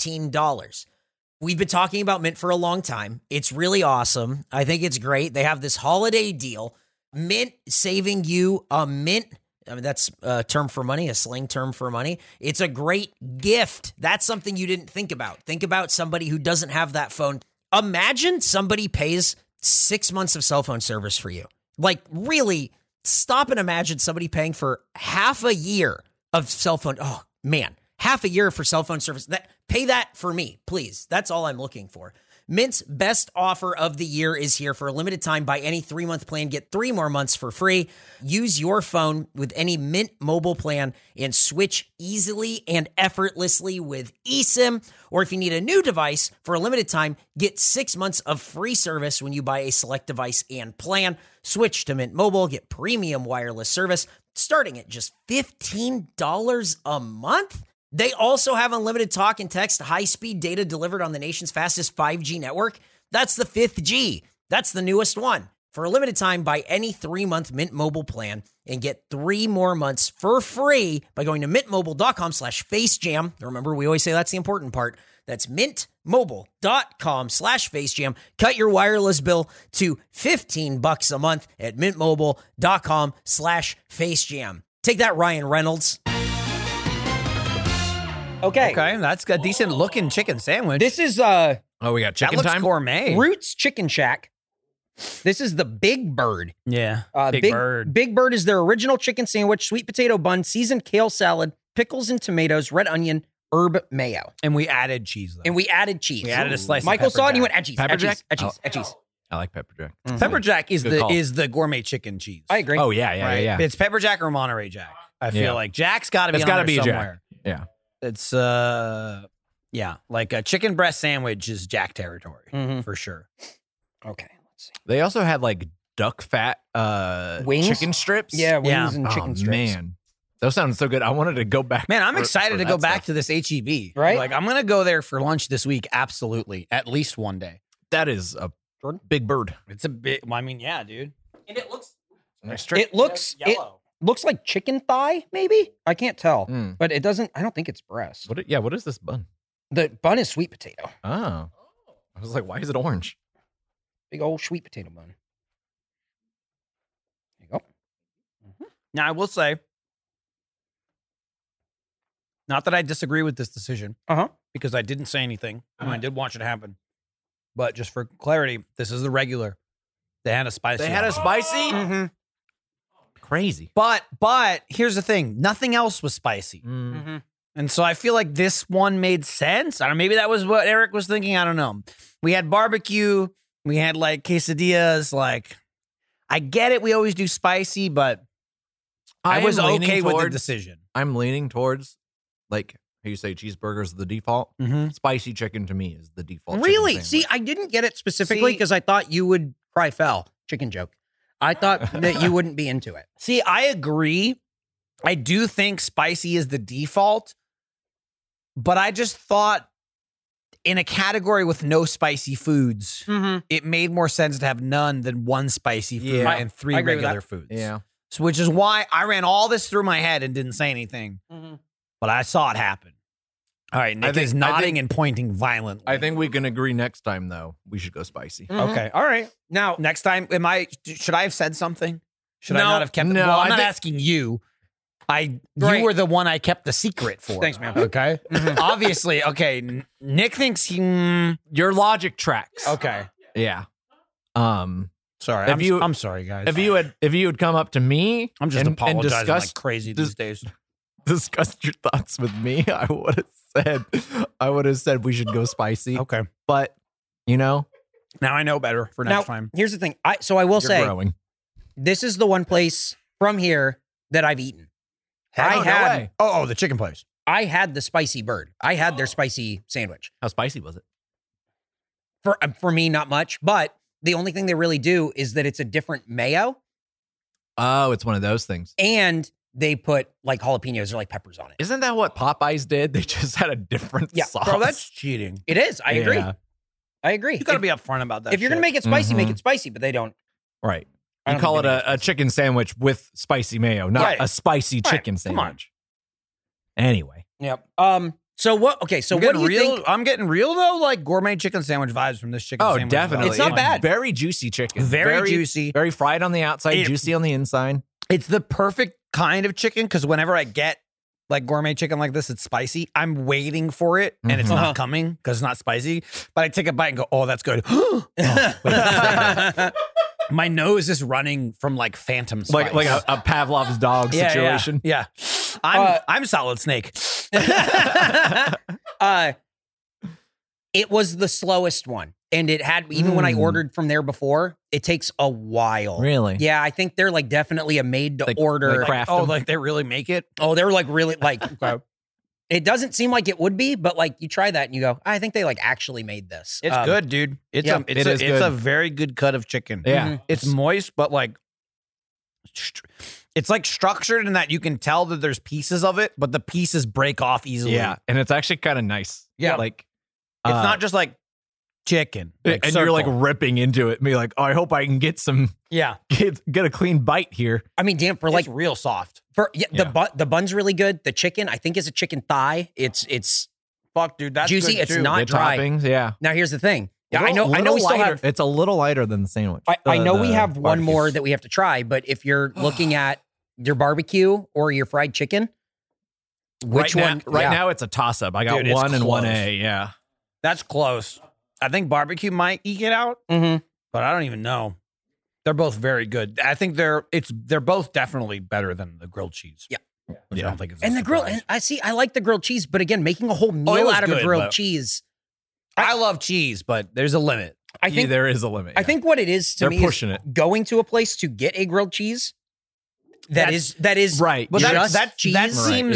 [SPEAKER 3] $15. We've been talking about Mint for a long time. It's really awesome. I think it's great. They have this holiday deal. Mint saving you a mint. I mean, that's a term for money, a slang term for money. It's a great gift. That's something you didn't think about. Think about somebody who doesn't have that phone. Imagine somebody pays six months of cell phone service for you. Like, really, stop and imagine somebody paying for half a year of cell phone. Oh man, half a year for cell phone service. That pay that for me, please. That's all I'm looking for. Mint's best offer of the year is here for a limited time. Buy any three month plan, get three more months for free. Use your phone with any Mint mobile plan and switch easily and effortlessly with eSIM. Or if you need a new device for a limited time, get six months of free service when you buy a select device and plan. Switch to Mint Mobile, get premium wireless service starting at just $15 a month. They also have unlimited talk and text, high speed data delivered on the nation's fastest 5G network. That's the fifth G. That's the newest one. For a limited time, buy any three month Mint Mobile plan and get three more months for free by going to mintmobile.com slash facejam. Remember, we always say that's the important part. That's mintmobile.com slash facejam. Cut your wireless bill to 15 bucks a month at mintmobile.com slash facejam. Take that, Ryan Reynolds. Okay.
[SPEAKER 4] Okay, that's a decent looking chicken sandwich.
[SPEAKER 3] This is uh
[SPEAKER 2] Oh, we got
[SPEAKER 4] that
[SPEAKER 2] chicken
[SPEAKER 4] looks
[SPEAKER 2] time.
[SPEAKER 4] gourmet.
[SPEAKER 3] Roots Chicken Shack. This is the Big Bird.
[SPEAKER 4] Yeah,
[SPEAKER 3] Uh,
[SPEAKER 4] big, bird.
[SPEAKER 3] Big Bird is their original chicken sandwich, sweet potato bun, seasoned kale salad, pickles and tomatoes, red onion, herb mayo,
[SPEAKER 4] and we added cheese. Though.
[SPEAKER 3] and we added cheese.
[SPEAKER 4] We added a slice of
[SPEAKER 3] Michael
[SPEAKER 4] pepper
[SPEAKER 3] saw it and he
[SPEAKER 4] jack. Oh,
[SPEAKER 3] went, "Ah, "Add cheese,
[SPEAKER 2] Pepper
[SPEAKER 3] add cheese,
[SPEAKER 2] jack?
[SPEAKER 3] add cheese, add cheese."
[SPEAKER 2] I like pepper jack.
[SPEAKER 4] pepper jack is
[SPEAKER 2] Good
[SPEAKER 4] the
[SPEAKER 2] call.
[SPEAKER 4] is the gourmet chicken cheese.
[SPEAKER 3] I agree.
[SPEAKER 2] Oh yeah, yeah,
[SPEAKER 4] right?
[SPEAKER 2] yeah, yeah.
[SPEAKER 4] It's pepper jack or Monterey Jack. I feel
[SPEAKER 2] Yeah.
[SPEAKER 4] like Jack's got to be.
[SPEAKER 2] It's
[SPEAKER 4] on
[SPEAKER 2] gotta
[SPEAKER 4] there
[SPEAKER 2] be a Jack.
[SPEAKER 4] somewhere.
[SPEAKER 2] Yeah.
[SPEAKER 4] It's uh, yeah, like a chicken
[SPEAKER 2] Hmm.
[SPEAKER 4] breast sandwich is Jack territory
[SPEAKER 3] Mhm.
[SPEAKER 4] for sure.
[SPEAKER 3] Okay. Let's see.
[SPEAKER 2] They also had like duck fat uh,
[SPEAKER 3] Wings?
[SPEAKER 2] chicken strips.
[SPEAKER 3] Yeah, wings
[SPEAKER 4] Yeah.
[SPEAKER 3] and chicken
[SPEAKER 2] oh,
[SPEAKER 3] strips.
[SPEAKER 2] Man, those sound so good. I wanted to go back.
[SPEAKER 4] Man, I'm
[SPEAKER 2] for-
[SPEAKER 4] excited
[SPEAKER 2] for
[SPEAKER 4] to go
[SPEAKER 2] that
[SPEAKER 4] back
[SPEAKER 2] stuff.
[SPEAKER 4] to this HEB.
[SPEAKER 3] Right?
[SPEAKER 4] Like, I'm going to go there for lunch this week. Absolutely. At least one day.
[SPEAKER 2] That is a
[SPEAKER 3] Jordan?
[SPEAKER 2] big bird.
[SPEAKER 4] It's a bit, well, I mean, yeah, dude.
[SPEAKER 5] And it looks
[SPEAKER 2] Nice trick.
[SPEAKER 3] It looks it
[SPEAKER 5] yellow.
[SPEAKER 3] looks like chicken thigh, maybe. I can't tell,
[SPEAKER 2] Mm.
[SPEAKER 3] but it doesn't. I don't think it's breast.
[SPEAKER 2] What? i- Yeah. What is this bun?
[SPEAKER 3] The bun is sweet potato,
[SPEAKER 2] Oh, I was like, why is it orange?
[SPEAKER 3] big old sweet potato bun. There you go.
[SPEAKER 4] Now, I will say, not that I disagree with this decision
[SPEAKER 3] Uh huh.
[SPEAKER 4] because I didn't say anything and I did watch it happen. But just for clarity, this is the regular. They had a spicy.
[SPEAKER 2] They had a
[SPEAKER 4] one.
[SPEAKER 2] spicy. Crazy.
[SPEAKER 4] But, but here's the thing nothing else was spicy.
[SPEAKER 2] Mm.
[SPEAKER 4] And so I feel like this one made sense. I don't maybe that was what Eric was thinking. I don't know. We had barbecue, we had like quesadillas, like I get it, we always do spicy, but I,
[SPEAKER 2] am
[SPEAKER 4] was
[SPEAKER 2] leaning
[SPEAKER 4] okay with the
[SPEAKER 2] towards-
[SPEAKER 4] decision.
[SPEAKER 2] I'm leaning towards like how you say cheeseburgers the default. Spicy chicken to me is the default. chicken
[SPEAKER 3] Really?
[SPEAKER 2] sandwich.
[SPEAKER 3] See, I didn't get it specifically
[SPEAKER 4] See-
[SPEAKER 3] because I thought you would cry foul. Chicken joke. I thought that you wouldn't be into it.
[SPEAKER 4] See, I agree. I do think spicy is the default, but I just thought in a category with no spicy foods,
[SPEAKER 3] Mm-hmm.
[SPEAKER 4] it made more sense to have none than one spicy food
[SPEAKER 2] Hmm. Yeah.
[SPEAKER 4] and three
[SPEAKER 3] I agree with
[SPEAKER 4] regular foods.
[SPEAKER 2] yeah,
[SPEAKER 4] So, which is why I ran all this through my head and didn't say anything, but I saw it happen. All right, Nick
[SPEAKER 2] think-
[SPEAKER 4] is
[SPEAKER 2] I
[SPEAKER 4] nodding
[SPEAKER 2] think-
[SPEAKER 4] and pointing violently.
[SPEAKER 2] I think we can agree next time though. We should go spicy.
[SPEAKER 4] Okay, all right.
[SPEAKER 3] Now,
[SPEAKER 4] Next time, am I? Should I have said something? Should I
[SPEAKER 2] No,
[SPEAKER 4] not have kept?
[SPEAKER 2] no,
[SPEAKER 4] well, I'm
[SPEAKER 2] I
[SPEAKER 4] not
[SPEAKER 2] think-
[SPEAKER 4] asking you. I
[SPEAKER 3] Right.
[SPEAKER 4] you were the one I kept the secret for.
[SPEAKER 3] Thanks, man.
[SPEAKER 4] Okay, obviously. Okay, N- Nick thinks he. mm,
[SPEAKER 2] Your logic tracks.
[SPEAKER 4] okay,
[SPEAKER 2] Yeah. Um.
[SPEAKER 4] sorry.
[SPEAKER 2] If
[SPEAKER 4] I'm,
[SPEAKER 2] you-
[SPEAKER 4] I'm sorry, guys.
[SPEAKER 2] If you had if you had come up to me,
[SPEAKER 4] I'm just
[SPEAKER 2] and, and
[SPEAKER 4] apologizing
[SPEAKER 2] discussed
[SPEAKER 4] like crazy
[SPEAKER 2] dis-
[SPEAKER 4] these days.
[SPEAKER 2] discussed your thoughts with me, I would have said I would have said we should go spicy.
[SPEAKER 4] Okay,
[SPEAKER 2] But you know,
[SPEAKER 4] now I know better for next
[SPEAKER 3] now
[SPEAKER 4] time.
[SPEAKER 3] here's the thing. I so I will
[SPEAKER 2] you're
[SPEAKER 3] say
[SPEAKER 2] growing.
[SPEAKER 3] this is the one place from here that I've eaten. I
[SPEAKER 2] Oh, no
[SPEAKER 3] had
[SPEAKER 2] way.
[SPEAKER 4] Oh, oh, the chicken place.
[SPEAKER 3] I had the spicy bird. I had their spicy sandwich.
[SPEAKER 2] how spicy was it?
[SPEAKER 3] For um, for me, not much. But the only thing they really do is that it's a different mayo,
[SPEAKER 2] Oh, it's one of those things.
[SPEAKER 3] and they put like jalapenos or like peppers on it.
[SPEAKER 2] Isn't that what Popeyes did? They just had a different
[SPEAKER 3] Yeah.
[SPEAKER 2] sauce.
[SPEAKER 4] Bro, that's cheating.
[SPEAKER 3] It is. I agree.
[SPEAKER 2] Yeah.
[SPEAKER 3] I agree.
[SPEAKER 4] You got to be upfront about that.
[SPEAKER 3] if you're gonna
[SPEAKER 4] shit.
[SPEAKER 3] make it spicy, make
[SPEAKER 2] Mhm.
[SPEAKER 3] it spicy. But they don't.
[SPEAKER 2] right.
[SPEAKER 3] I
[SPEAKER 2] You
[SPEAKER 3] don't
[SPEAKER 2] call
[SPEAKER 3] think
[SPEAKER 2] it
[SPEAKER 3] they
[SPEAKER 2] a, a chicken sandwich with spicy mayo, not
[SPEAKER 4] Right.
[SPEAKER 2] a spicy
[SPEAKER 4] Right.
[SPEAKER 2] chicken
[SPEAKER 4] Come on.
[SPEAKER 2] sandwich. Anyway,
[SPEAKER 3] do. Yep. Um. So what? Okay. So
[SPEAKER 4] I'm
[SPEAKER 3] what do
[SPEAKER 4] getting
[SPEAKER 3] you
[SPEAKER 4] real,
[SPEAKER 3] think?
[SPEAKER 4] I'm getting real though, like gourmet chicken sandwich vibes from this chicken.
[SPEAKER 2] oh,
[SPEAKER 4] sandwich
[SPEAKER 2] definitely,
[SPEAKER 4] that
[SPEAKER 3] It's
[SPEAKER 4] I
[SPEAKER 3] not bad.
[SPEAKER 4] like.
[SPEAKER 2] Very juicy chicken,
[SPEAKER 4] Very, juicy.
[SPEAKER 2] very fried on the outside,
[SPEAKER 4] It-
[SPEAKER 2] juicy on the inside.
[SPEAKER 4] It's the perfect kind of chicken because whenever I get like gourmet chicken like this, it's spicy. I'm waiting for it and it's
[SPEAKER 2] Mhm.
[SPEAKER 4] not coming because it's not spicy. But I take a bite and go, "Oh, that's good." Oh, wait a second. My nose is running from like phantom spice.
[SPEAKER 2] Like like a, a Pavlov's dog
[SPEAKER 4] Yeah, yeah,
[SPEAKER 2] situation.
[SPEAKER 4] Yeah, I'm
[SPEAKER 3] Uh,
[SPEAKER 4] I'm solid snake.
[SPEAKER 3] uh, it was the slowest one, and it had even when I
[SPEAKER 2] Mm.
[SPEAKER 3] ordered from there before, it takes a while.
[SPEAKER 2] Really?
[SPEAKER 3] Yeah, I think they're like definitely a made to
[SPEAKER 2] Like-
[SPEAKER 3] order.
[SPEAKER 2] like craft
[SPEAKER 4] oh,
[SPEAKER 2] them.
[SPEAKER 4] like they really make it.
[SPEAKER 3] oh, they're like really like. It doesn't seem like it would be, but like you try that and you go, I think they like actually made this.
[SPEAKER 4] It's
[SPEAKER 3] Um,
[SPEAKER 4] good, dude. It's
[SPEAKER 3] yeah,
[SPEAKER 4] a it's
[SPEAKER 2] it
[SPEAKER 4] a,
[SPEAKER 2] is
[SPEAKER 4] it's
[SPEAKER 2] good.
[SPEAKER 4] a very good cut of chicken.
[SPEAKER 2] Yeah.
[SPEAKER 3] Mhm.
[SPEAKER 4] It's moist, but like stru- it's like structured in that you can tell that there's pieces of it, but the pieces break off easily.
[SPEAKER 2] Yeah, and it's actually kind of nice.
[SPEAKER 4] Yeah.
[SPEAKER 2] like
[SPEAKER 4] It's
[SPEAKER 2] uh,
[SPEAKER 4] not just like chicken. like
[SPEAKER 2] and you're like
[SPEAKER 4] circle.
[SPEAKER 2] ripping into it. and Be like, oh, I hope I can get some
[SPEAKER 4] yeah,
[SPEAKER 2] get, get a clean bite here.
[SPEAKER 3] I mean, damn, for
[SPEAKER 4] like
[SPEAKER 3] like
[SPEAKER 4] real soft.
[SPEAKER 3] for yeah, the
[SPEAKER 2] Yeah.
[SPEAKER 3] bun, the bun's really good. The chicken, I think, is a chicken thigh. It's it's
[SPEAKER 4] Fuck, dude. That's
[SPEAKER 3] Juicy,
[SPEAKER 4] good,
[SPEAKER 3] it's
[SPEAKER 4] too.
[SPEAKER 3] not-
[SPEAKER 2] the
[SPEAKER 3] dry.
[SPEAKER 2] toppings, yeah.
[SPEAKER 3] now. Here's the thing. Yeah, I
[SPEAKER 2] Little-
[SPEAKER 3] know. I
[SPEAKER 2] little
[SPEAKER 3] know. We still
[SPEAKER 2] lighter.
[SPEAKER 3] have.
[SPEAKER 2] It's a little lighter than the sandwich.
[SPEAKER 3] I, I
[SPEAKER 2] the-
[SPEAKER 3] know we
[SPEAKER 2] the
[SPEAKER 3] have one
[SPEAKER 2] barbecue.
[SPEAKER 3] more that we have to try, but if you're looking at your barbecue or your fried chicken, which
[SPEAKER 2] right now-
[SPEAKER 3] one?
[SPEAKER 2] right
[SPEAKER 3] yeah.
[SPEAKER 2] now, it's a toss up. I got
[SPEAKER 4] Dude, it's
[SPEAKER 2] one and one
[SPEAKER 4] close.
[SPEAKER 2] A. Yeah.
[SPEAKER 4] That's close. I think barbecue might eke it out,
[SPEAKER 3] Mhm.
[SPEAKER 4] but I don't even know. They're both very good. I think they're it's they're both definitely better than the grilled cheese.
[SPEAKER 3] Yeah.
[SPEAKER 4] Which I
[SPEAKER 2] Yeah.
[SPEAKER 4] don't think it's a
[SPEAKER 3] And the grill,
[SPEAKER 4] surprise.
[SPEAKER 3] and I see. I like the grilled cheese, but again, making a whole meal
[SPEAKER 4] it was
[SPEAKER 3] out of a
[SPEAKER 4] good,
[SPEAKER 3] grilled
[SPEAKER 4] but-
[SPEAKER 3] cheese.
[SPEAKER 4] I love cheese, but there's a limit.
[SPEAKER 3] I think.
[SPEAKER 2] there is a limit.
[SPEAKER 3] I
[SPEAKER 2] yeah.
[SPEAKER 3] think what it is to
[SPEAKER 2] they're
[SPEAKER 3] me is
[SPEAKER 2] pushing it.
[SPEAKER 3] going to a place to get a grilled cheese. That
[SPEAKER 4] That's-
[SPEAKER 3] is that is
[SPEAKER 2] Right.
[SPEAKER 4] Well,
[SPEAKER 3] Just
[SPEAKER 4] that, that, that
[SPEAKER 3] cheese?
[SPEAKER 4] seems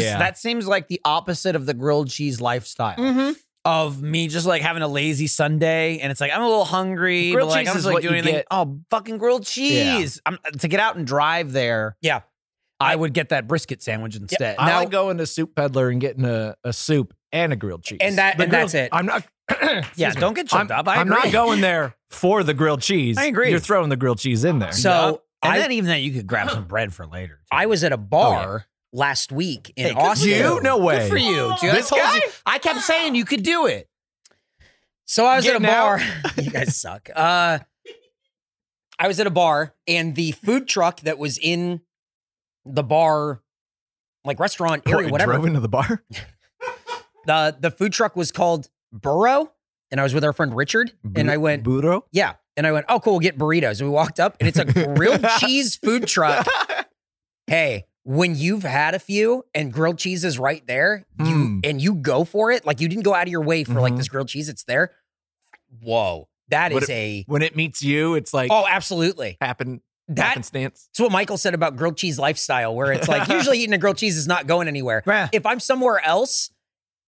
[SPEAKER 2] Right, yeah.
[SPEAKER 4] that seems like the opposite of the grilled cheese lifestyle.
[SPEAKER 3] Mhm.
[SPEAKER 4] of me just like having a lazy Sunday, and it's like I'm a little hungry,
[SPEAKER 2] Grilled
[SPEAKER 4] but like
[SPEAKER 2] cheese
[SPEAKER 4] I'm
[SPEAKER 2] is
[SPEAKER 4] just like
[SPEAKER 2] what you
[SPEAKER 4] doing anything.
[SPEAKER 2] get.
[SPEAKER 4] Oh, fucking grilled cheese! I'm, to get out and drive there.
[SPEAKER 3] Yeah.
[SPEAKER 4] I, would get that brisket sandwich instead.
[SPEAKER 2] I
[SPEAKER 4] now,
[SPEAKER 2] like going to Soup Peddler and getting a, a soup and a grilled cheese.
[SPEAKER 3] And that-
[SPEAKER 2] The
[SPEAKER 3] and
[SPEAKER 2] grilled-
[SPEAKER 3] that's it.
[SPEAKER 2] I'm not.
[SPEAKER 4] yeah, don't get choked up. I
[SPEAKER 2] am
[SPEAKER 4] agree.
[SPEAKER 2] not going there for the grilled cheese.
[SPEAKER 4] I agree.
[SPEAKER 2] You're throwing the grilled cheese in there.
[SPEAKER 3] So
[SPEAKER 4] and
[SPEAKER 3] I,
[SPEAKER 4] then even that, you could grab some bread for later. too.
[SPEAKER 3] I was
[SPEAKER 2] Oh,
[SPEAKER 3] at a bar last week in
[SPEAKER 4] Hey, good for
[SPEAKER 3] Austin.
[SPEAKER 2] you? No way.
[SPEAKER 4] Good for you. dude.
[SPEAKER 2] This
[SPEAKER 4] I told
[SPEAKER 2] guy?
[SPEAKER 4] you- I kept saying you could do it.
[SPEAKER 3] So I was at a
[SPEAKER 4] Getting out.
[SPEAKER 3] bar. you guys suck. Uh, I was at a bar, and the food truck that was in the bar, like restaurant
[SPEAKER 2] What,
[SPEAKER 3] area,
[SPEAKER 2] you
[SPEAKER 3] whatever.
[SPEAKER 2] Drove into the bar.
[SPEAKER 3] The the food truck was called Burrow, and I was with our friend Richard, and I went,
[SPEAKER 2] Burro.
[SPEAKER 3] yeah, and I went, oh cool, we'll get burritos. And we walked up, and it's a grilled cheese food truck. Hey. When you've had a few and grilled cheese is right there, you
[SPEAKER 2] Mm.
[SPEAKER 3] and you go for it, like you didn't go out of your way for like
[SPEAKER 2] Mhm.
[SPEAKER 3] this grilled cheese, it's there. Whoa, that is
[SPEAKER 2] Would
[SPEAKER 3] a
[SPEAKER 2] When it meets you, it's like
[SPEAKER 3] Oh, absolutely.
[SPEAKER 2] happen
[SPEAKER 3] That's
[SPEAKER 2] happenstance.
[SPEAKER 3] what Michael said about grilled cheese lifestyle, where it's like usually eating a grilled cheese is not going anywhere.
[SPEAKER 4] Right.
[SPEAKER 3] If I'm somewhere else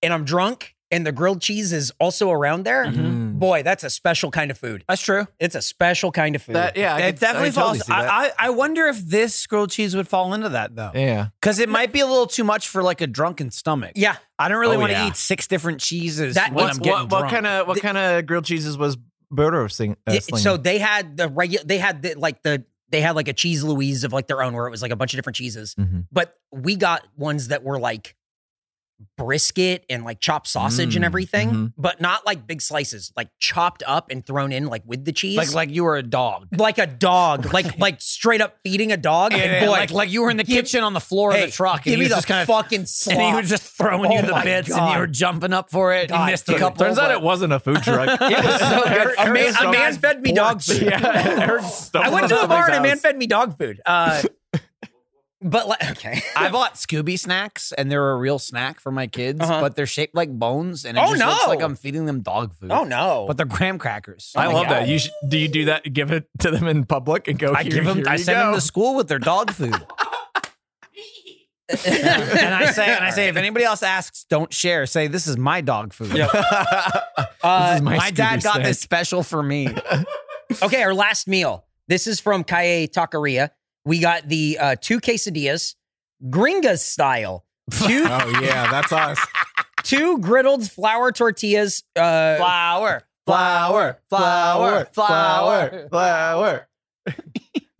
[SPEAKER 3] and I'm drunk and the grilled cheese is also around there,
[SPEAKER 2] Mhm.
[SPEAKER 3] boy, that's a special kind of food.
[SPEAKER 4] That's true.
[SPEAKER 3] It's a special kind of food.
[SPEAKER 2] That yeah, I
[SPEAKER 4] it
[SPEAKER 2] could- I
[SPEAKER 4] definitely
[SPEAKER 2] could
[SPEAKER 4] falls.
[SPEAKER 2] totally see that.
[SPEAKER 4] I, I, I wonder if this grilled cheese would fall into that though,
[SPEAKER 2] yeah,
[SPEAKER 4] because it might be a little too much for like a drunken stomach.
[SPEAKER 3] yeah.
[SPEAKER 4] I don't really
[SPEAKER 2] Oh,
[SPEAKER 4] want to
[SPEAKER 2] yeah.
[SPEAKER 4] eat six different cheeses
[SPEAKER 3] That-
[SPEAKER 4] when
[SPEAKER 3] What-
[SPEAKER 4] I'm getting
[SPEAKER 2] what, what
[SPEAKER 4] drunk.
[SPEAKER 2] kind of what kind of grilled cheeses was Burro sing? Uh,
[SPEAKER 3] Yeah,
[SPEAKER 2] slinging?
[SPEAKER 3] so they had the regular they had the, like the they had like a cheese Louise of like their own where it was like a bunch of different cheeses.
[SPEAKER 2] Mhm.
[SPEAKER 3] But we got ones that were like brisket and like chopped sausage and
[SPEAKER 2] Mm,
[SPEAKER 3] everything,
[SPEAKER 2] mhm.
[SPEAKER 3] but not like big slices, like chopped up and thrown in like with the cheese.
[SPEAKER 4] like like you were a dog?
[SPEAKER 3] like a dog, like like straight up feeding a dog. and boy,
[SPEAKER 4] like like you were in the
[SPEAKER 3] give-
[SPEAKER 4] kitchen on the floor
[SPEAKER 3] hey,
[SPEAKER 4] of the truck, and
[SPEAKER 3] give
[SPEAKER 4] he
[SPEAKER 3] me
[SPEAKER 4] was
[SPEAKER 3] the
[SPEAKER 4] just kind of
[SPEAKER 3] fucking slop.
[SPEAKER 4] and he was just throwing you
[SPEAKER 3] Oh
[SPEAKER 4] the
[SPEAKER 3] my
[SPEAKER 4] bits, and
[SPEAKER 3] God.
[SPEAKER 4] you were jumping up for it.
[SPEAKER 3] God,
[SPEAKER 4] you missed a
[SPEAKER 3] dude.
[SPEAKER 4] couple.
[SPEAKER 2] turns out
[SPEAKER 4] but-
[SPEAKER 2] it wasn't a food truck. it was
[SPEAKER 3] so good. A man- a man fed me dog food.
[SPEAKER 2] Yeah, Eric
[SPEAKER 3] I
[SPEAKER 2] stumbled
[SPEAKER 3] went
[SPEAKER 2] on
[SPEAKER 3] to a
[SPEAKER 2] somebody's
[SPEAKER 3] bar and a man
[SPEAKER 2] house.
[SPEAKER 3] fed me dog food. Uh, but like, okay.
[SPEAKER 4] I bought Scooby snacks, and they're a real snack for my kids,
[SPEAKER 3] Uh-huh.
[SPEAKER 4] but they're shaped like bones, and it
[SPEAKER 3] Oh,
[SPEAKER 4] just looks
[SPEAKER 3] no.
[SPEAKER 4] like I'm feeding them dog food.
[SPEAKER 3] Oh no!
[SPEAKER 4] But they're graham crackers.
[SPEAKER 2] I
[SPEAKER 4] Like,
[SPEAKER 2] love
[SPEAKER 3] God.
[SPEAKER 2] that. You should, do you do that? Give it to them in public and go.
[SPEAKER 4] I
[SPEAKER 2] "Here-
[SPEAKER 4] give them.
[SPEAKER 2] here
[SPEAKER 4] I
[SPEAKER 2] you
[SPEAKER 4] send
[SPEAKER 2] go."
[SPEAKER 4] them to school with their dog food, and I say, and I say, if anybody else asks, don't share. Say this is my dog food. Uh,
[SPEAKER 2] This is
[SPEAKER 4] My,
[SPEAKER 2] Scooby
[SPEAKER 4] dad got
[SPEAKER 2] snack.
[SPEAKER 4] this special for me.
[SPEAKER 3] Okay, our last meal. This is from Calle Taqueria. We got the uh, two quesadillas, gringas style. Two
[SPEAKER 2] Oh yeah, that's us.
[SPEAKER 3] two griddled flour tortillas. Uh,
[SPEAKER 4] Flower, flour, flour, flour.
[SPEAKER 2] flour.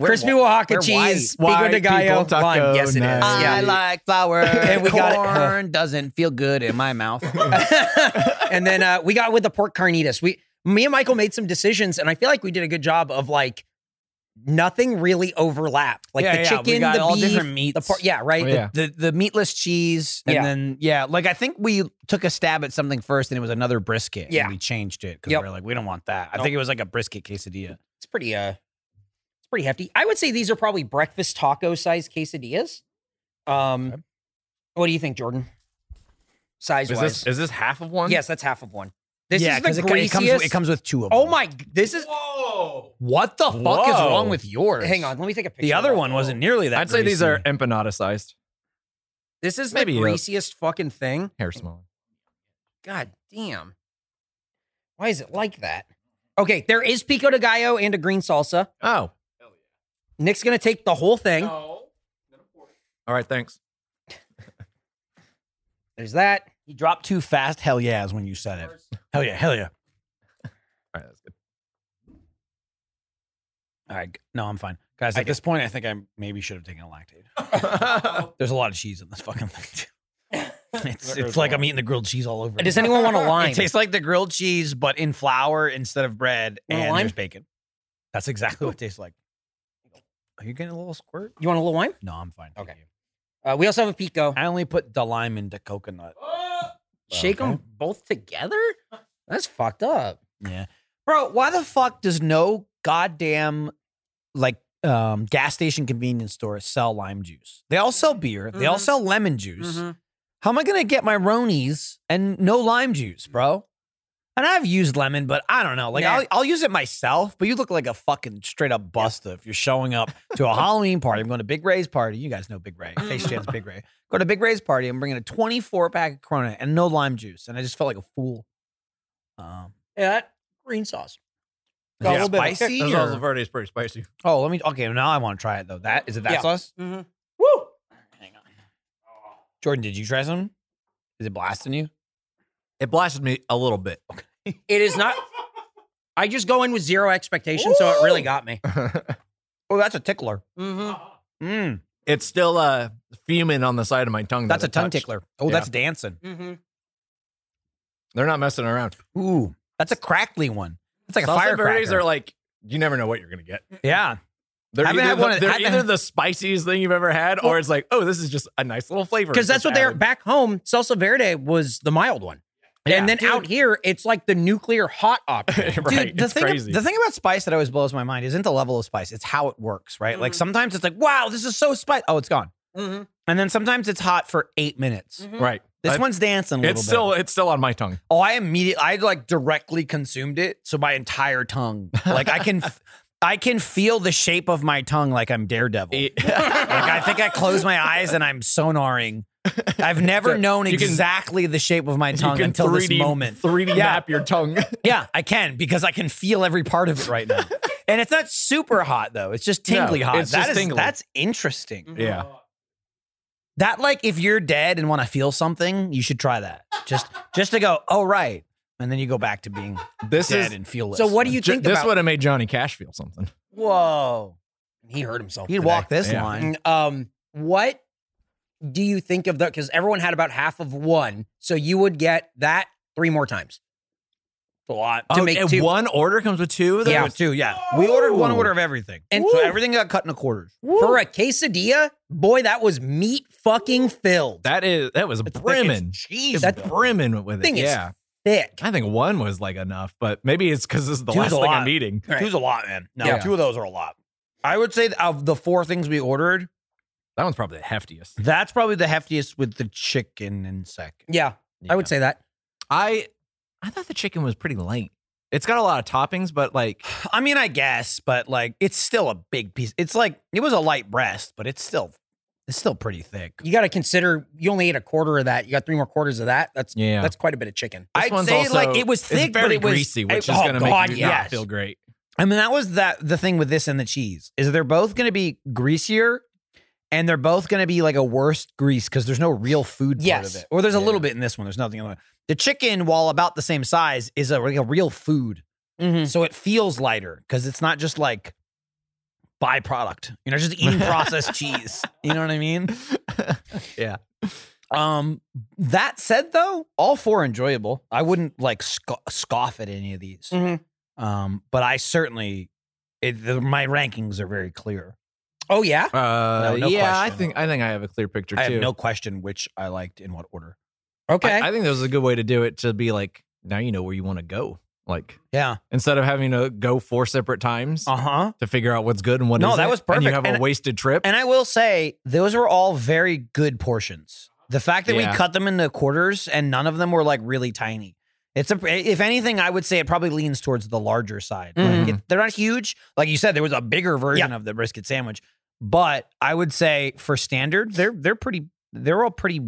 [SPEAKER 3] crispy
[SPEAKER 4] We're
[SPEAKER 3] Oaxaca
[SPEAKER 4] white.
[SPEAKER 3] cheese,
[SPEAKER 2] White
[SPEAKER 3] pico de gallo,
[SPEAKER 2] people taco
[SPEAKER 3] bun. Yes, it is.
[SPEAKER 2] night.
[SPEAKER 4] I
[SPEAKER 3] Yeah.
[SPEAKER 4] like flour.
[SPEAKER 3] And we got it.
[SPEAKER 4] Corn doesn't feel good in my mouth.
[SPEAKER 3] and then uh, we got with the pork carnitas. We, me and Michael made some decisions, and I feel like we did a good job of like nothing really overlapped. Like
[SPEAKER 4] Yeah,
[SPEAKER 3] the
[SPEAKER 4] yeah, we
[SPEAKER 3] chicken,
[SPEAKER 4] got
[SPEAKER 3] the
[SPEAKER 4] all
[SPEAKER 3] beef,
[SPEAKER 4] different meats.
[SPEAKER 3] the pork. Yeah, right.
[SPEAKER 2] Oh, yeah.
[SPEAKER 4] the the meatless cheese and
[SPEAKER 3] Yeah.
[SPEAKER 4] then yeah like i think we took a stab at something first and it was another brisket
[SPEAKER 3] Yeah.
[SPEAKER 4] and we changed it because
[SPEAKER 3] Yep.
[SPEAKER 4] we were like we don't want that i
[SPEAKER 3] Nope.
[SPEAKER 4] think it was like a brisket quesadilla
[SPEAKER 3] It's pretty. Uh, it's pretty hefty. I would say these are probably breakfast taco sized quesadillas. Um, what do you think, Jordan? Size
[SPEAKER 2] Is
[SPEAKER 3] wise,
[SPEAKER 2] this is this half of one?
[SPEAKER 3] yes, that's half of one. This
[SPEAKER 4] yeah
[SPEAKER 3] is the
[SPEAKER 4] it, co- it comes
[SPEAKER 3] greasiest-
[SPEAKER 4] it comes with two of them
[SPEAKER 3] Oh my! g- This is.
[SPEAKER 4] what the fuck is
[SPEAKER 2] Whoa.
[SPEAKER 4] wrong with yours
[SPEAKER 3] Hang on, let me take a picture.
[SPEAKER 4] the
[SPEAKER 3] of
[SPEAKER 4] other
[SPEAKER 3] that.
[SPEAKER 4] one wasn't nearly that
[SPEAKER 2] I'd say these
[SPEAKER 4] greasy.
[SPEAKER 2] are empanada sized.
[SPEAKER 3] This is
[SPEAKER 2] Maybe
[SPEAKER 3] the
[SPEAKER 2] a-
[SPEAKER 3] greasiest fucking thing.
[SPEAKER 2] Hair smaller.
[SPEAKER 3] God damn. Why is it like that? Okay, there is pico de gallo and a green salsa.
[SPEAKER 2] Oh,
[SPEAKER 3] Nick's gonna take the whole thing.
[SPEAKER 2] all right. Thanks.
[SPEAKER 3] There's that.
[SPEAKER 4] you dropped too fast hell yeah is when you said it hell yeah hell yeah
[SPEAKER 2] All right, that's good.
[SPEAKER 4] all right g- no i'm fine guys at this point i think i maybe should have taken a lactate there's a lot of cheese in this fucking thing too. it's, it's like i'm eating the grilled cheese all over
[SPEAKER 3] Does anyone want a lime?
[SPEAKER 4] It tastes like the grilled cheese, but in flour instead of bread,
[SPEAKER 3] Want a
[SPEAKER 4] and
[SPEAKER 3] lime?
[SPEAKER 4] there's bacon. That's exactly what it tastes like. Are you getting a little squirt?
[SPEAKER 3] you want a little wine?
[SPEAKER 4] No, I'm fine. thank
[SPEAKER 3] Okay.
[SPEAKER 4] you.
[SPEAKER 3] Uh, we also have a pico.
[SPEAKER 4] I only put the lime into coconut.
[SPEAKER 3] Shake
[SPEAKER 4] Okay.
[SPEAKER 3] them both together? That's fucked up.
[SPEAKER 4] Yeah, bro. Why the fuck does no goddamn like um, gas station convenience store sell lime juice? They all sell beer. They all
[SPEAKER 3] Mhm.
[SPEAKER 4] sell lemon juice. How am I gonna get my Ronies and no lime juice, bro? And I've used lemon, but I don't know. Like
[SPEAKER 3] Nah.
[SPEAKER 4] I'll, I'll use it myself, but you look like a fucking straight up busta if you're showing up to a Halloween party. I'm going to Big Ray's party. You guys know Big Ray. Face Jam's Big Ray. Go to Big Ray's party. I'm bringing a 24 pack of Corona and no lime juice, and I just felt like a fool. Um,
[SPEAKER 3] Yeah, that green sauce. Got a
[SPEAKER 4] yeah,
[SPEAKER 3] little bit of
[SPEAKER 4] spicy.
[SPEAKER 2] That
[SPEAKER 4] or-
[SPEAKER 2] salsa verde is pretty spicy.
[SPEAKER 4] oh, let me. Okay, now I want to try it though. That is it. That
[SPEAKER 3] Yeah.
[SPEAKER 4] sauce.
[SPEAKER 3] Woo!
[SPEAKER 4] Jordan, did you try some? Is it blasting you?
[SPEAKER 2] It blasted me a little bit.
[SPEAKER 3] It is not. I just go in with zero expectation, so it really got me.
[SPEAKER 4] Oh, that's a tickler.
[SPEAKER 3] Mm-hmm.
[SPEAKER 4] Mm,
[SPEAKER 2] it's still uh, fuming on the side of my tongue. that
[SPEAKER 4] that's a
[SPEAKER 2] it
[SPEAKER 4] tongue
[SPEAKER 2] touched.
[SPEAKER 4] tickler. Oh,
[SPEAKER 2] Yeah.
[SPEAKER 4] that's dancing.
[SPEAKER 3] Mm-hmm.
[SPEAKER 2] They're not messing around.
[SPEAKER 4] Ooh, that's a crackly one. That's like a
[SPEAKER 2] salsa verdes
[SPEAKER 4] firecracker.
[SPEAKER 2] are like you never know what you're gonna get.
[SPEAKER 4] yeah,
[SPEAKER 2] They're,
[SPEAKER 4] Haven't
[SPEAKER 2] either,
[SPEAKER 4] had
[SPEAKER 2] the,
[SPEAKER 4] one of-
[SPEAKER 2] they're
[SPEAKER 4] haven't-
[SPEAKER 2] either the spiciest thing you've ever had, or it's like, oh, this is just a nice little flavor.
[SPEAKER 3] Because that's
[SPEAKER 2] just
[SPEAKER 3] what they're
[SPEAKER 2] added.
[SPEAKER 3] back home. Salsa verde was the mild one,
[SPEAKER 4] Yeah.
[SPEAKER 3] and then
[SPEAKER 4] Dude.
[SPEAKER 3] out here it's like the nuclear hot option.
[SPEAKER 2] right.
[SPEAKER 4] Dude, the
[SPEAKER 2] it's
[SPEAKER 4] thing,
[SPEAKER 2] crazy.
[SPEAKER 4] the thing about spice that always blows my mind isn't the level of spice; it's how it works, right?
[SPEAKER 2] Mm-hmm.
[SPEAKER 4] Like sometimes it's like, "Wow, this is so spicy." Oh, it's gone.
[SPEAKER 3] Mhm.
[SPEAKER 4] And then sometimes it's hot for eight minutes.
[SPEAKER 2] right.
[SPEAKER 4] This
[SPEAKER 2] I-
[SPEAKER 4] one's dancing. Mm-hmm. A little
[SPEAKER 2] Mm-hmm. It's
[SPEAKER 4] bit.
[SPEAKER 2] still it's still on my tongue.
[SPEAKER 4] Oh, I immediately, I like directly consumed it. So my entire tongue, like I can, I can feel the shape of my tongue, like I'm Daredevil. Like I think I close my eyes and I'm sonaring. I've never known
[SPEAKER 2] You can-
[SPEAKER 4] exactly the shape of my tongue until this moment.
[SPEAKER 2] 3D
[SPEAKER 4] Yeah.
[SPEAKER 2] map your tongue.
[SPEAKER 4] Yeah, I can because I can feel every part of it right now. and it's not super hot though. It's just tingly
[SPEAKER 2] No,
[SPEAKER 4] hot.
[SPEAKER 2] it's
[SPEAKER 4] That
[SPEAKER 2] just
[SPEAKER 4] is-
[SPEAKER 2] tingly.
[SPEAKER 4] that's interesting.
[SPEAKER 3] Mm-hmm.
[SPEAKER 2] yeah.
[SPEAKER 4] That like if you're dead and want to feel something, you should try that. Just just to go, oh right. And then you go back to being
[SPEAKER 2] This
[SPEAKER 4] dead
[SPEAKER 2] is
[SPEAKER 4] and feelless.
[SPEAKER 3] So what do you
[SPEAKER 2] ju-
[SPEAKER 3] think
[SPEAKER 2] this
[SPEAKER 3] about?
[SPEAKER 2] would have made Johnny Cash feel something.
[SPEAKER 4] Whoa.
[SPEAKER 3] he hurt himself.
[SPEAKER 4] He'd
[SPEAKER 3] today.
[SPEAKER 4] walk this
[SPEAKER 2] Yeah.
[SPEAKER 4] line.
[SPEAKER 3] Mm, Um, what do you think of the? Because everyone had about half of one, so you would get that three more times. A lot
[SPEAKER 4] Oh,
[SPEAKER 3] to make
[SPEAKER 2] and
[SPEAKER 3] two.
[SPEAKER 2] one order comes with two.
[SPEAKER 3] Yeah.
[SPEAKER 4] Yeah, two, yeah. We ordered one order of everything. And so
[SPEAKER 3] Woo.
[SPEAKER 4] everything got cut into quarters.
[SPEAKER 3] for a quesadilla. Boy, that was meat fucking filled.
[SPEAKER 2] That is that was brimming.
[SPEAKER 4] Jeez.
[SPEAKER 3] That's-
[SPEAKER 2] brimming with it.
[SPEAKER 3] Thing is
[SPEAKER 2] yeah.
[SPEAKER 3] Thick.
[SPEAKER 2] I think one was like enough, but maybe it's because this is the
[SPEAKER 4] Two's
[SPEAKER 2] last
[SPEAKER 4] a
[SPEAKER 2] thing
[SPEAKER 4] lot.
[SPEAKER 2] I'm eating.
[SPEAKER 3] Right.
[SPEAKER 4] Two's a lot, man. No,
[SPEAKER 2] Yeah.
[SPEAKER 4] two of those are a lot. I would say of the four things we ordered,
[SPEAKER 2] That one's probably the heftiest.
[SPEAKER 4] that's probably the heftiest with the chicken in second.
[SPEAKER 3] Yeah, I would say that.
[SPEAKER 2] I I thought the chicken was pretty light. It's got a lot of toppings, but like
[SPEAKER 4] I mean, I guess, but like it's still a big piece. It's like it was a light breast, but it's still it's still pretty thick.
[SPEAKER 3] You got to consider you only ate a quarter of that. You got three more quarters of that. That's
[SPEAKER 2] yeah,
[SPEAKER 3] that's quite a bit of chicken.
[SPEAKER 2] This
[SPEAKER 4] I'd
[SPEAKER 2] one's
[SPEAKER 4] say
[SPEAKER 2] also-
[SPEAKER 4] like it was
[SPEAKER 2] it's
[SPEAKER 4] thick,
[SPEAKER 2] very
[SPEAKER 4] but it was
[SPEAKER 2] greasy,
[SPEAKER 4] I-
[SPEAKER 2] which is
[SPEAKER 4] oh,
[SPEAKER 2] going to make
[SPEAKER 4] God,
[SPEAKER 2] you
[SPEAKER 4] yes.
[SPEAKER 2] not feel great.
[SPEAKER 4] I mean, that was that the thing with this and the cheese is they're both going to be greasier, and they're both going to be like a worst grease because there's no real food part
[SPEAKER 3] Yes.
[SPEAKER 4] of it, or there's a
[SPEAKER 2] Yeah.
[SPEAKER 4] little bit in this one. There's nothing. in The, the chicken, while about the same size, is a, like a real food,
[SPEAKER 3] Mm-hmm.
[SPEAKER 2] Mm-hmm.
[SPEAKER 4] so it feels lighter because it's not just like byproduct. You know, just eating processed cheese. You know what I mean?
[SPEAKER 2] Yeah.
[SPEAKER 4] Um. That said, though, all four enjoyable. I wouldn't like sco- scoff at any of these.
[SPEAKER 3] Mhm.
[SPEAKER 4] Um, but I certainly, it, the, my rankings are very clear.
[SPEAKER 3] Oh yeah,
[SPEAKER 2] Uh,
[SPEAKER 4] No, no
[SPEAKER 2] yeah, I
[SPEAKER 4] question.
[SPEAKER 2] think I think I have a clear picture
[SPEAKER 4] I
[SPEAKER 2] too.
[SPEAKER 4] have no question which I liked in what order.
[SPEAKER 3] okay.
[SPEAKER 2] I, I think this is a good way to do it to be like now you know where you want to go. Like
[SPEAKER 4] Yeah.
[SPEAKER 2] instead of having to go four separate times
[SPEAKER 4] Uh huh.
[SPEAKER 2] to figure out what's good and what
[SPEAKER 4] No,
[SPEAKER 2] isn't,
[SPEAKER 4] that was
[SPEAKER 2] And you
[SPEAKER 4] perfect.
[SPEAKER 2] have
[SPEAKER 4] And-
[SPEAKER 2] a wasted trip.
[SPEAKER 4] And I will say those were all very good portions. The fact that
[SPEAKER 2] Yeah.
[SPEAKER 4] we cut them into quarters and none of them were like really tiny. It's a. If anything, I would say it probably leans towards the larger side.
[SPEAKER 3] Mm-hmm.
[SPEAKER 4] Like
[SPEAKER 2] Mhm.
[SPEAKER 4] it, they're not huge. Like you said, there was a bigger version of the brisket sandwich, but I would say for standard, they're they're pretty. They're all pretty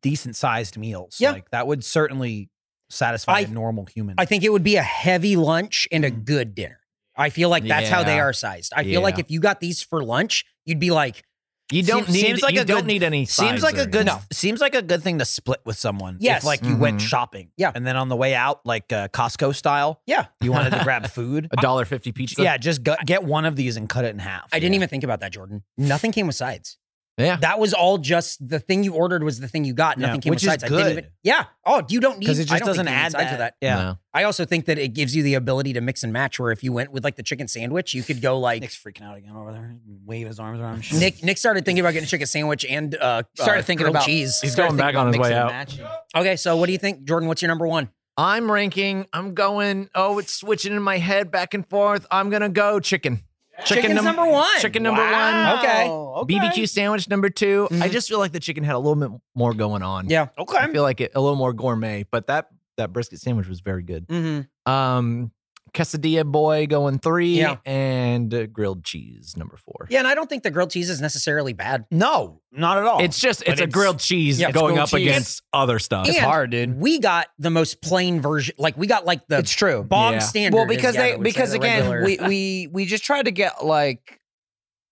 [SPEAKER 4] decent sized meals.
[SPEAKER 3] Yeah.
[SPEAKER 4] like that would certainly satisfy
[SPEAKER 3] I-
[SPEAKER 4] a normal human.
[SPEAKER 3] I think it would be a heavy lunch and a good dinner. I feel like that's how they
[SPEAKER 2] Mm. Yeah.
[SPEAKER 3] are sized. I feel like
[SPEAKER 2] Yeah.
[SPEAKER 3] if you got these for lunch, you'd be like,
[SPEAKER 2] you don't
[SPEAKER 4] seems-
[SPEAKER 2] need
[SPEAKER 4] seems like
[SPEAKER 2] you
[SPEAKER 4] a
[SPEAKER 2] don't
[SPEAKER 4] good-
[SPEAKER 2] need any.
[SPEAKER 4] Seems
[SPEAKER 2] sides
[SPEAKER 4] like
[SPEAKER 2] or
[SPEAKER 4] a good
[SPEAKER 2] anything.
[SPEAKER 4] seems like a good thing to split with someone.
[SPEAKER 3] Yes.
[SPEAKER 4] If like you went
[SPEAKER 2] Mhm.
[SPEAKER 4] shopping.
[SPEAKER 3] Yeah.
[SPEAKER 4] And then on the way out, like uh, Costco style,
[SPEAKER 3] yeah.
[SPEAKER 4] you wanted to grab food.
[SPEAKER 2] a dollar fifty pizza.
[SPEAKER 4] yeah, just go, get one of these and cut it in half.
[SPEAKER 3] I didn't even think about that, Jordan. Nothing came with sides.
[SPEAKER 2] yeah.
[SPEAKER 3] That was all just the thing you ordered was the thing you got.
[SPEAKER 4] Yeah,
[SPEAKER 3] Nothing came
[SPEAKER 4] which
[SPEAKER 3] with
[SPEAKER 4] is
[SPEAKER 3] sides. I didn't
[SPEAKER 4] good.
[SPEAKER 3] even. Yeah. Oh, you don't need.
[SPEAKER 4] because
[SPEAKER 3] I
[SPEAKER 4] it just
[SPEAKER 3] don't think
[SPEAKER 4] doesn't
[SPEAKER 3] you need
[SPEAKER 4] add
[SPEAKER 3] sides
[SPEAKER 4] that.
[SPEAKER 3] with
[SPEAKER 4] Yeah.
[SPEAKER 2] No.
[SPEAKER 3] I also think that it gives you the ability to mix and match. Where if you went with like the chicken sandwich, you could go like
[SPEAKER 4] Nick's freaking out again over there. Wave his arms around. and shit.
[SPEAKER 3] Nick. Nick started thinking about getting a chicken sandwich and uh,
[SPEAKER 4] started
[SPEAKER 3] uh,
[SPEAKER 4] thinking
[SPEAKER 3] grilled
[SPEAKER 4] about
[SPEAKER 3] cheese.
[SPEAKER 2] He's
[SPEAKER 4] started
[SPEAKER 2] going
[SPEAKER 4] thinking
[SPEAKER 2] back on
[SPEAKER 4] about
[SPEAKER 2] his way
[SPEAKER 4] mixing and
[SPEAKER 2] out.
[SPEAKER 4] matching.
[SPEAKER 3] Okay, so what do you think, Jordan? What's your number one?
[SPEAKER 2] I'm ranking. I'm going. Oh, it's switching in my head back and forth. I'm gonna go chicken.
[SPEAKER 3] Chicken's
[SPEAKER 2] num-
[SPEAKER 3] number one.
[SPEAKER 2] Chicken number
[SPEAKER 4] Wow.
[SPEAKER 2] one.
[SPEAKER 3] Okay.
[SPEAKER 2] BBQ sandwich number 2 I
[SPEAKER 4] Mm-hmm.
[SPEAKER 3] Mhm.
[SPEAKER 2] just feel like the chicken had a little bit more going on.
[SPEAKER 3] Yeah.
[SPEAKER 2] I
[SPEAKER 4] Okay.
[SPEAKER 2] feel like it a little more gourmet, but that that brisket sandwich was very good.
[SPEAKER 3] Mm-hmm.
[SPEAKER 2] Um, quesadilla boy going three,
[SPEAKER 3] Yeah.
[SPEAKER 2] and and uh, grilled cheese number four.
[SPEAKER 3] Yeah, and I don't think the grilled cheese is necessarily bad.
[SPEAKER 6] No, not at all.
[SPEAKER 2] It's just
[SPEAKER 4] Oh, But
[SPEAKER 2] it's a
[SPEAKER 4] it's-
[SPEAKER 2] grilled cheese
[SPEAKER 4] yeah, it's
[SPEAKER 2] going
[SPEAKER 4] grilled
[SPEAKER 2] up
[SPEAKER 4] cheese.
[SPEAKER 2] against other stuff.
[SPEAKER 4] It's
[SPEAKER 3] And
[SPEAKER 4] hard, dude.
[SPEAKER 3] We got the most plain version. Like we got like the
[SPEAKER 6] it's true.
[SPEAKER 3] bog
[SPEAKER 2] Yeah.
[SPEAKER 3] standard.
[SPEAKER 4] well
[SPEAKER 3] is,
[SPEAKER 4] because
[SPEAKER 3] yeah,
[SPEAKER 4] they
[SPEAKER 3] I would say,
[SPEAKER 4] because
[SPEAKER 3] the
[SPEAKER 4] again
[SPEAKER 3] regular-
[SPEAKER 4] we, we we just tried to get like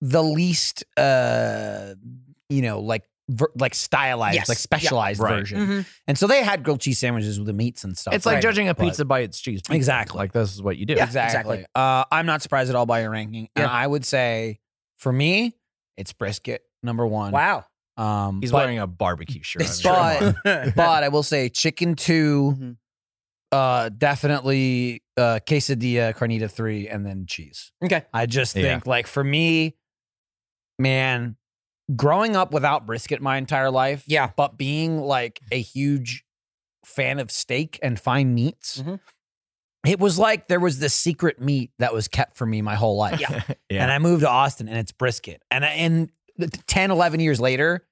[SPEAKER 4] the least uh you know like ver- like stylized
[SPEAKER 3] Yes.
[SPEAKER 4] like
[SPEAKER 3] Yeah.
[SPEAKER 4] specialized
[SPEAKER 2] Right.
[SPEAKER 4] version
[SPEAKER 3] Mhm.
[SPEAKER 4] and so they had grilled cheese sandwiches with the meats and stuff
[SPEAKER 2] It's like
[SPEAKER 4] right?
[SPEAKER 2] judging a
[SPEAKER 4] But-
[SPEAKER 2] pizza by its cheese. pizza.
[SPEAKER 4] Exactly.
[SPEAKER 2] Like this is what you do.
[SPEAKER 3] Yeah.
[SPEAKER 4] exactly,
[SPEAKER 3] exactly.
[SPEAKER 4] Uh, i'm not surprised at all by your ranking and
[SPEAKER 3] Yeah.
[SPEAKER 4] i would say for me it's brisket number one
[SPEAKER 3] wow.
[SPEAKER 4] um
[SPEAKER 2] He's
[SPEAKER 4] but,
[SPEAKER 2] wearing a barbecue shirt. I
[SPEAKER 4] It's
[SPEAKER 2] mean, come
[SPEAKER 4] fine.
[SPEAKER 2] on.
[SPEAKER 4] but i will say chicken 2
[SPEAKER 6] Mhm.
[SPEAKER 4] uh definitely uh quesadilla carnita three and then cheese
[SPEAKER 3] Okay.
[SPEAKER 4] I just
[SPEAKER 2] Yeah.
[SPEAKER 4] think like for me, man, growing up without brisket my entire life,
[SPEAKER 3] Yeah.
[SPEAKER 4] but being like a huge fan of steak and fine meats,
[SPEAKER 3] Mhm.
[SPEAKER 4] it was like there was this secret meat that was kept for me my whole life.
[SPEAKER 3] Yeah.
[SPEAKER 2] Yeah.
[SPEAKER 4] And I moved to Austin and it's brisket. And I, and th- 10, 11 years later,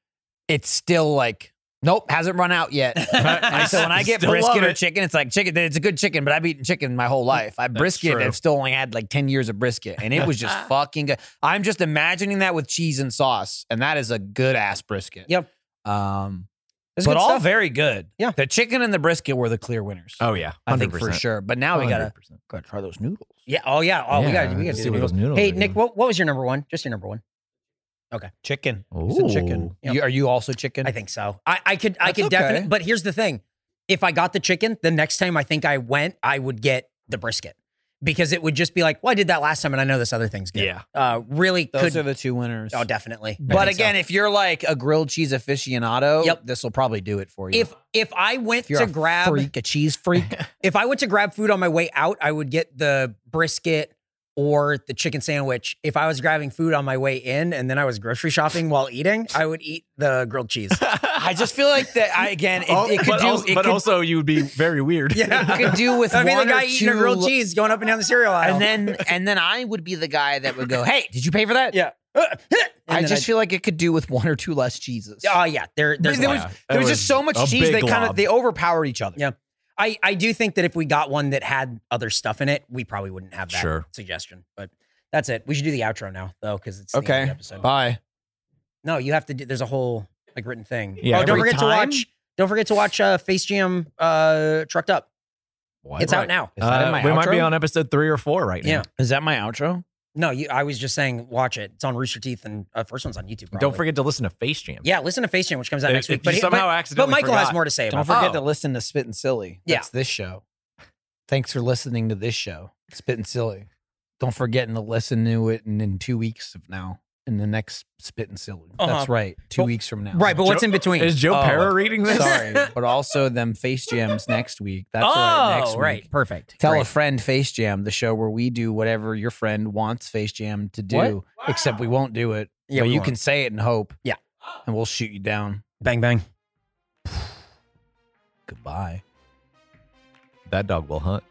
[SPEAKER 4] it's still like, nope, hasn't run out yet. And so when I get
[SPEAKER 2] Still love
[SPEAKER 4] brisket or
[SPEAKER 2] it.
[SPEAKER 4] chicken, it's like chicken. It's a good chicken, but I've eaten chicken my whole life. I brisket.
[SPEAKER 2] true.
[SPEAKER 4] I've still only had like ten years of brisket, and it was just fucking good. I'm just imagining that with cheese and sauce, and that is a good ass brisket.
[SPEAKER 3] Yep.
[SPEAKER 4] Um,
[SPEAKER 3] That's
[SPEAKER 4] but
[SPEAKER 3] good
[SPEAKER 4] all
[SPEAKER 3] stuff.
[SPEAKER 4] very good.
[SPEAKER 3] Yeah.
[SPEAKER 4] The chicken and the brisket were the clear winners.
[SPEAKER 2] oh yeah, 100%.
[SPEAKER 4] I think for sure. But now we gotta,
[SPEAKER 2] 100%.
[SPEAKER 4] gotta try those noodles.
[SPEAKER 3] Yeah. Oh yeah. Oh, we got to we got to
[SPEAKER 2] see
[SPEAKER 3] do
[SPEAKER 2] what
[SPEAKER 3] the
[SPEAKER 2] those
[SPEAKER 3] noodles.
[SPEAKER 2] noodles
[SPEAKER 3] Hey
[SPEAKER 2] are
[SPEAKER 3] Nick,
[SPEAKER 2] doing.
[SPEAKER 3] what what was your number one? Just your number one.
[SPEAKER 4] Chicken. You
[SPEAKER 2] Ooh.
[SPEAKER 4] said chicken.
[SPEAKER 3] Yep.
[SPEAKER 4] You- are you also chicken?
[SPEAKER 3] I think so. I I could I
[SPEAKER 4] That's
[SPEAKER 3] could
[SPEAKER 4] okay.
[SPEAKER 3] definitely. But here's the thing: if I got the chicken, the next time I think I went, I would get the brisket because it would just be like, well, I did that last time, and I know this other thing's good.
[SPEAKER 2] Yeah.
[SPEAKER 3] Uh, really
[SPEAKER 4] those
[SPEAKER 3] could.
[SPEAKER 4] are the two winners.
[SPEAKER 3] oh, definitely.
[SPEAKER 4] but again, if you're like a grilled cheese aficionado,
[SPEAKER 3] Yep.
[SPEAKER 4] this will probably do it for you.
[SPEAKER 3] if if I went
[SPEAKER 4] If you're
[SPEAKER 3] to
[SPEAKER 4] a
[SPEAKER 3] grab
[SPEAKER 4] freak, a cheese freak,
[SPEAKER 3] if I went to grab food on my way out, I would get the brisket or the chicken sandwich. If I was grabbing food on my way in and then I was grocery shopping while eating, I would eat the grilled cheese.
[SPEAKER 4] I just feel like that. I again, it,
[SPEAKER 2] Oh,
[SPEAKER 4] it could
[SPEAKER 2] but
[SPEAKER 4] do.
[SPEAKER 2] also,
[SPEAKER 4] it
[SPEAKER 2] but
[SPEAKER 4] could,
[SPEAKER 2] also you would be very weird.
[SPEAKER 4] it could do with
[SPEAKER 3] I mean, the
[SPEAKER 4] one or
[SPEAKER 3] guy eating a
[SPEAKER 4] two
[SPEAKER 3] grilled
[SPEAKER 4] lo-
[SPEAKER 3] cheese going up and down the cereal aisle.
[SPEAKER 4] And then and then I would be the guy that would go, "Hey, did you pay for that?"
[SPEAKER 3] yeah.
[SPEAKER 4] I just feel like it could do with one or two less cheeses.
[SPEAKER 3] Oh yeah, there,
[SPEAKER 4] But
[SPEAKER 3] there's
[SPEAKER 4] there
[SPEAKER 3] one.
[SPEAKER 4] was,
[SPEAKER 2] Yeah,
[SPEAKER 4] there
[SPEAKER 2] it
[SPEAKER 4] was
[SPEAKER 2] was
[SPEAKER 4] just so much
[SPEAKER 2] a
[SPEAKER 4] cheese
[SPEAKER 2] big
[SPEAKER 4] they kind of
[SPEAKER 2] glob.
[SPEAKER 4] they overpower each other.
[SPEAKER 3] Yeah. I, I do think that if we got one that had other stuff in it, we probably wouldn't have that
[SPEAKER 2] Sure.
[SPEAKER 3] suggestion. But that's it. We should do the outro now though, because it's the end of
[SPEAKER 4] Okay.
[SPEAKER 3] the episode.
[SPEAKER 4] Bye.
[SPEAKER 3] No, you have to do. There's a whole like written thing.
[SPEAKER 2] Yeah.
[SPEAKER 3] Oh, don't
[SPEAKER 4] Every
[SPEAKER 3] forget to
[SPEAKER 4] time?
[SPEAKER 3] watch. Don't forget to watch uh, Face Jam uh, Trucked Up.
[SPEAKER 2] What?
[SPEAKER 3] it's out now.
[SPEAKER 4] Is that in
[SPEAKER 2] Uh,
[SPEAKER 4] my
[SPEAKER 2] we might
[SPEAKER 4] outro?
[SPEAKER 2] be on episode three or four right now.
[SPEAKER 3] Yeah.
[SPEAKER 4] Is that my outro?
[SPEAKER 3] No, you, I was just saying, watch it. It's on Rooster Teeth, and uh, first one's on YouTube. Probably.
[SPEAKER 2] Don't forget to listen to Face Jam.
[SPEAKER 3] Yeah, listen to Face Jam, which comes out
[SPEAKER 2] If-
[SPEAKER 3] next week.
[SPEAKER 2] if you
[SPEAKER 3] he-
[SPEAKER 2] somehow
[SPEAKER 3] but,
[SPEAKER 2] accidentally
[SPEAKER 3] Michael has
[SPEAKER 2] forgot.
[SPEAKER 3] more to say
[SPEAKER 4] Don't
[SPEAKER 3] about.
[SPEAKER 4] forget
[SPEAKER 2] Oh.
[SPEAKER 4] to listen to Spit and Silly.
[SPEAKER 3] Yeah.
[SPEAKER 4] That's this show. Thanks for listening to this show, Spit and Silly. Don't forget to listen to it in, in two weeks of now, in the next Spit and Silly.
[SPEAKER 3] Uh-huh.
[SPEAKER 4] That's right. Two
[SPEAKER 3] But-
[SPEAKER 4] weeks from now.
[SPEAKER 3] it. Oh. Right, but what's
[SPEAKER 2] Joe-
[SPEAKER 3] in between?
[SPEAKER 2] Is Joe
[SPEAKER 4] Oh,
[SPEAKER 2] Para reading this?
[SPEAKER 4] Sorry. But also them face jams next week. That's
[SPEAKER 3] oh,
[SPEAKER 4] right. Next
[SPEAKER 3] right,
[SPEAKER 4] week.
[SPEAKER 3] perfect.
[SPEAKER 4] Tell a
[SPEAKER 3] Great.
[SPEAKER 4] friend face jam, the show where we do whatever your friend wants face jam to do,
[SPEAKER 3] What?
[SPEAKER 4] except we won't do it.
[SPEAKER 3] Yeah,
[SPEAKER 4] but
[SPEAKER 3] we
[SPEAKER 4] you
[SPEAKER 3] won't.
[SPEAKER 4] can say it and hope.
[SPEAKER 3] Yeah.
[SPEAKER 4] And we'll shoot you down.
[SPEAKER 3] bang bang.
[SPEAKER 4] Goodbye.
[SPEAKER 2] That dog will hunt.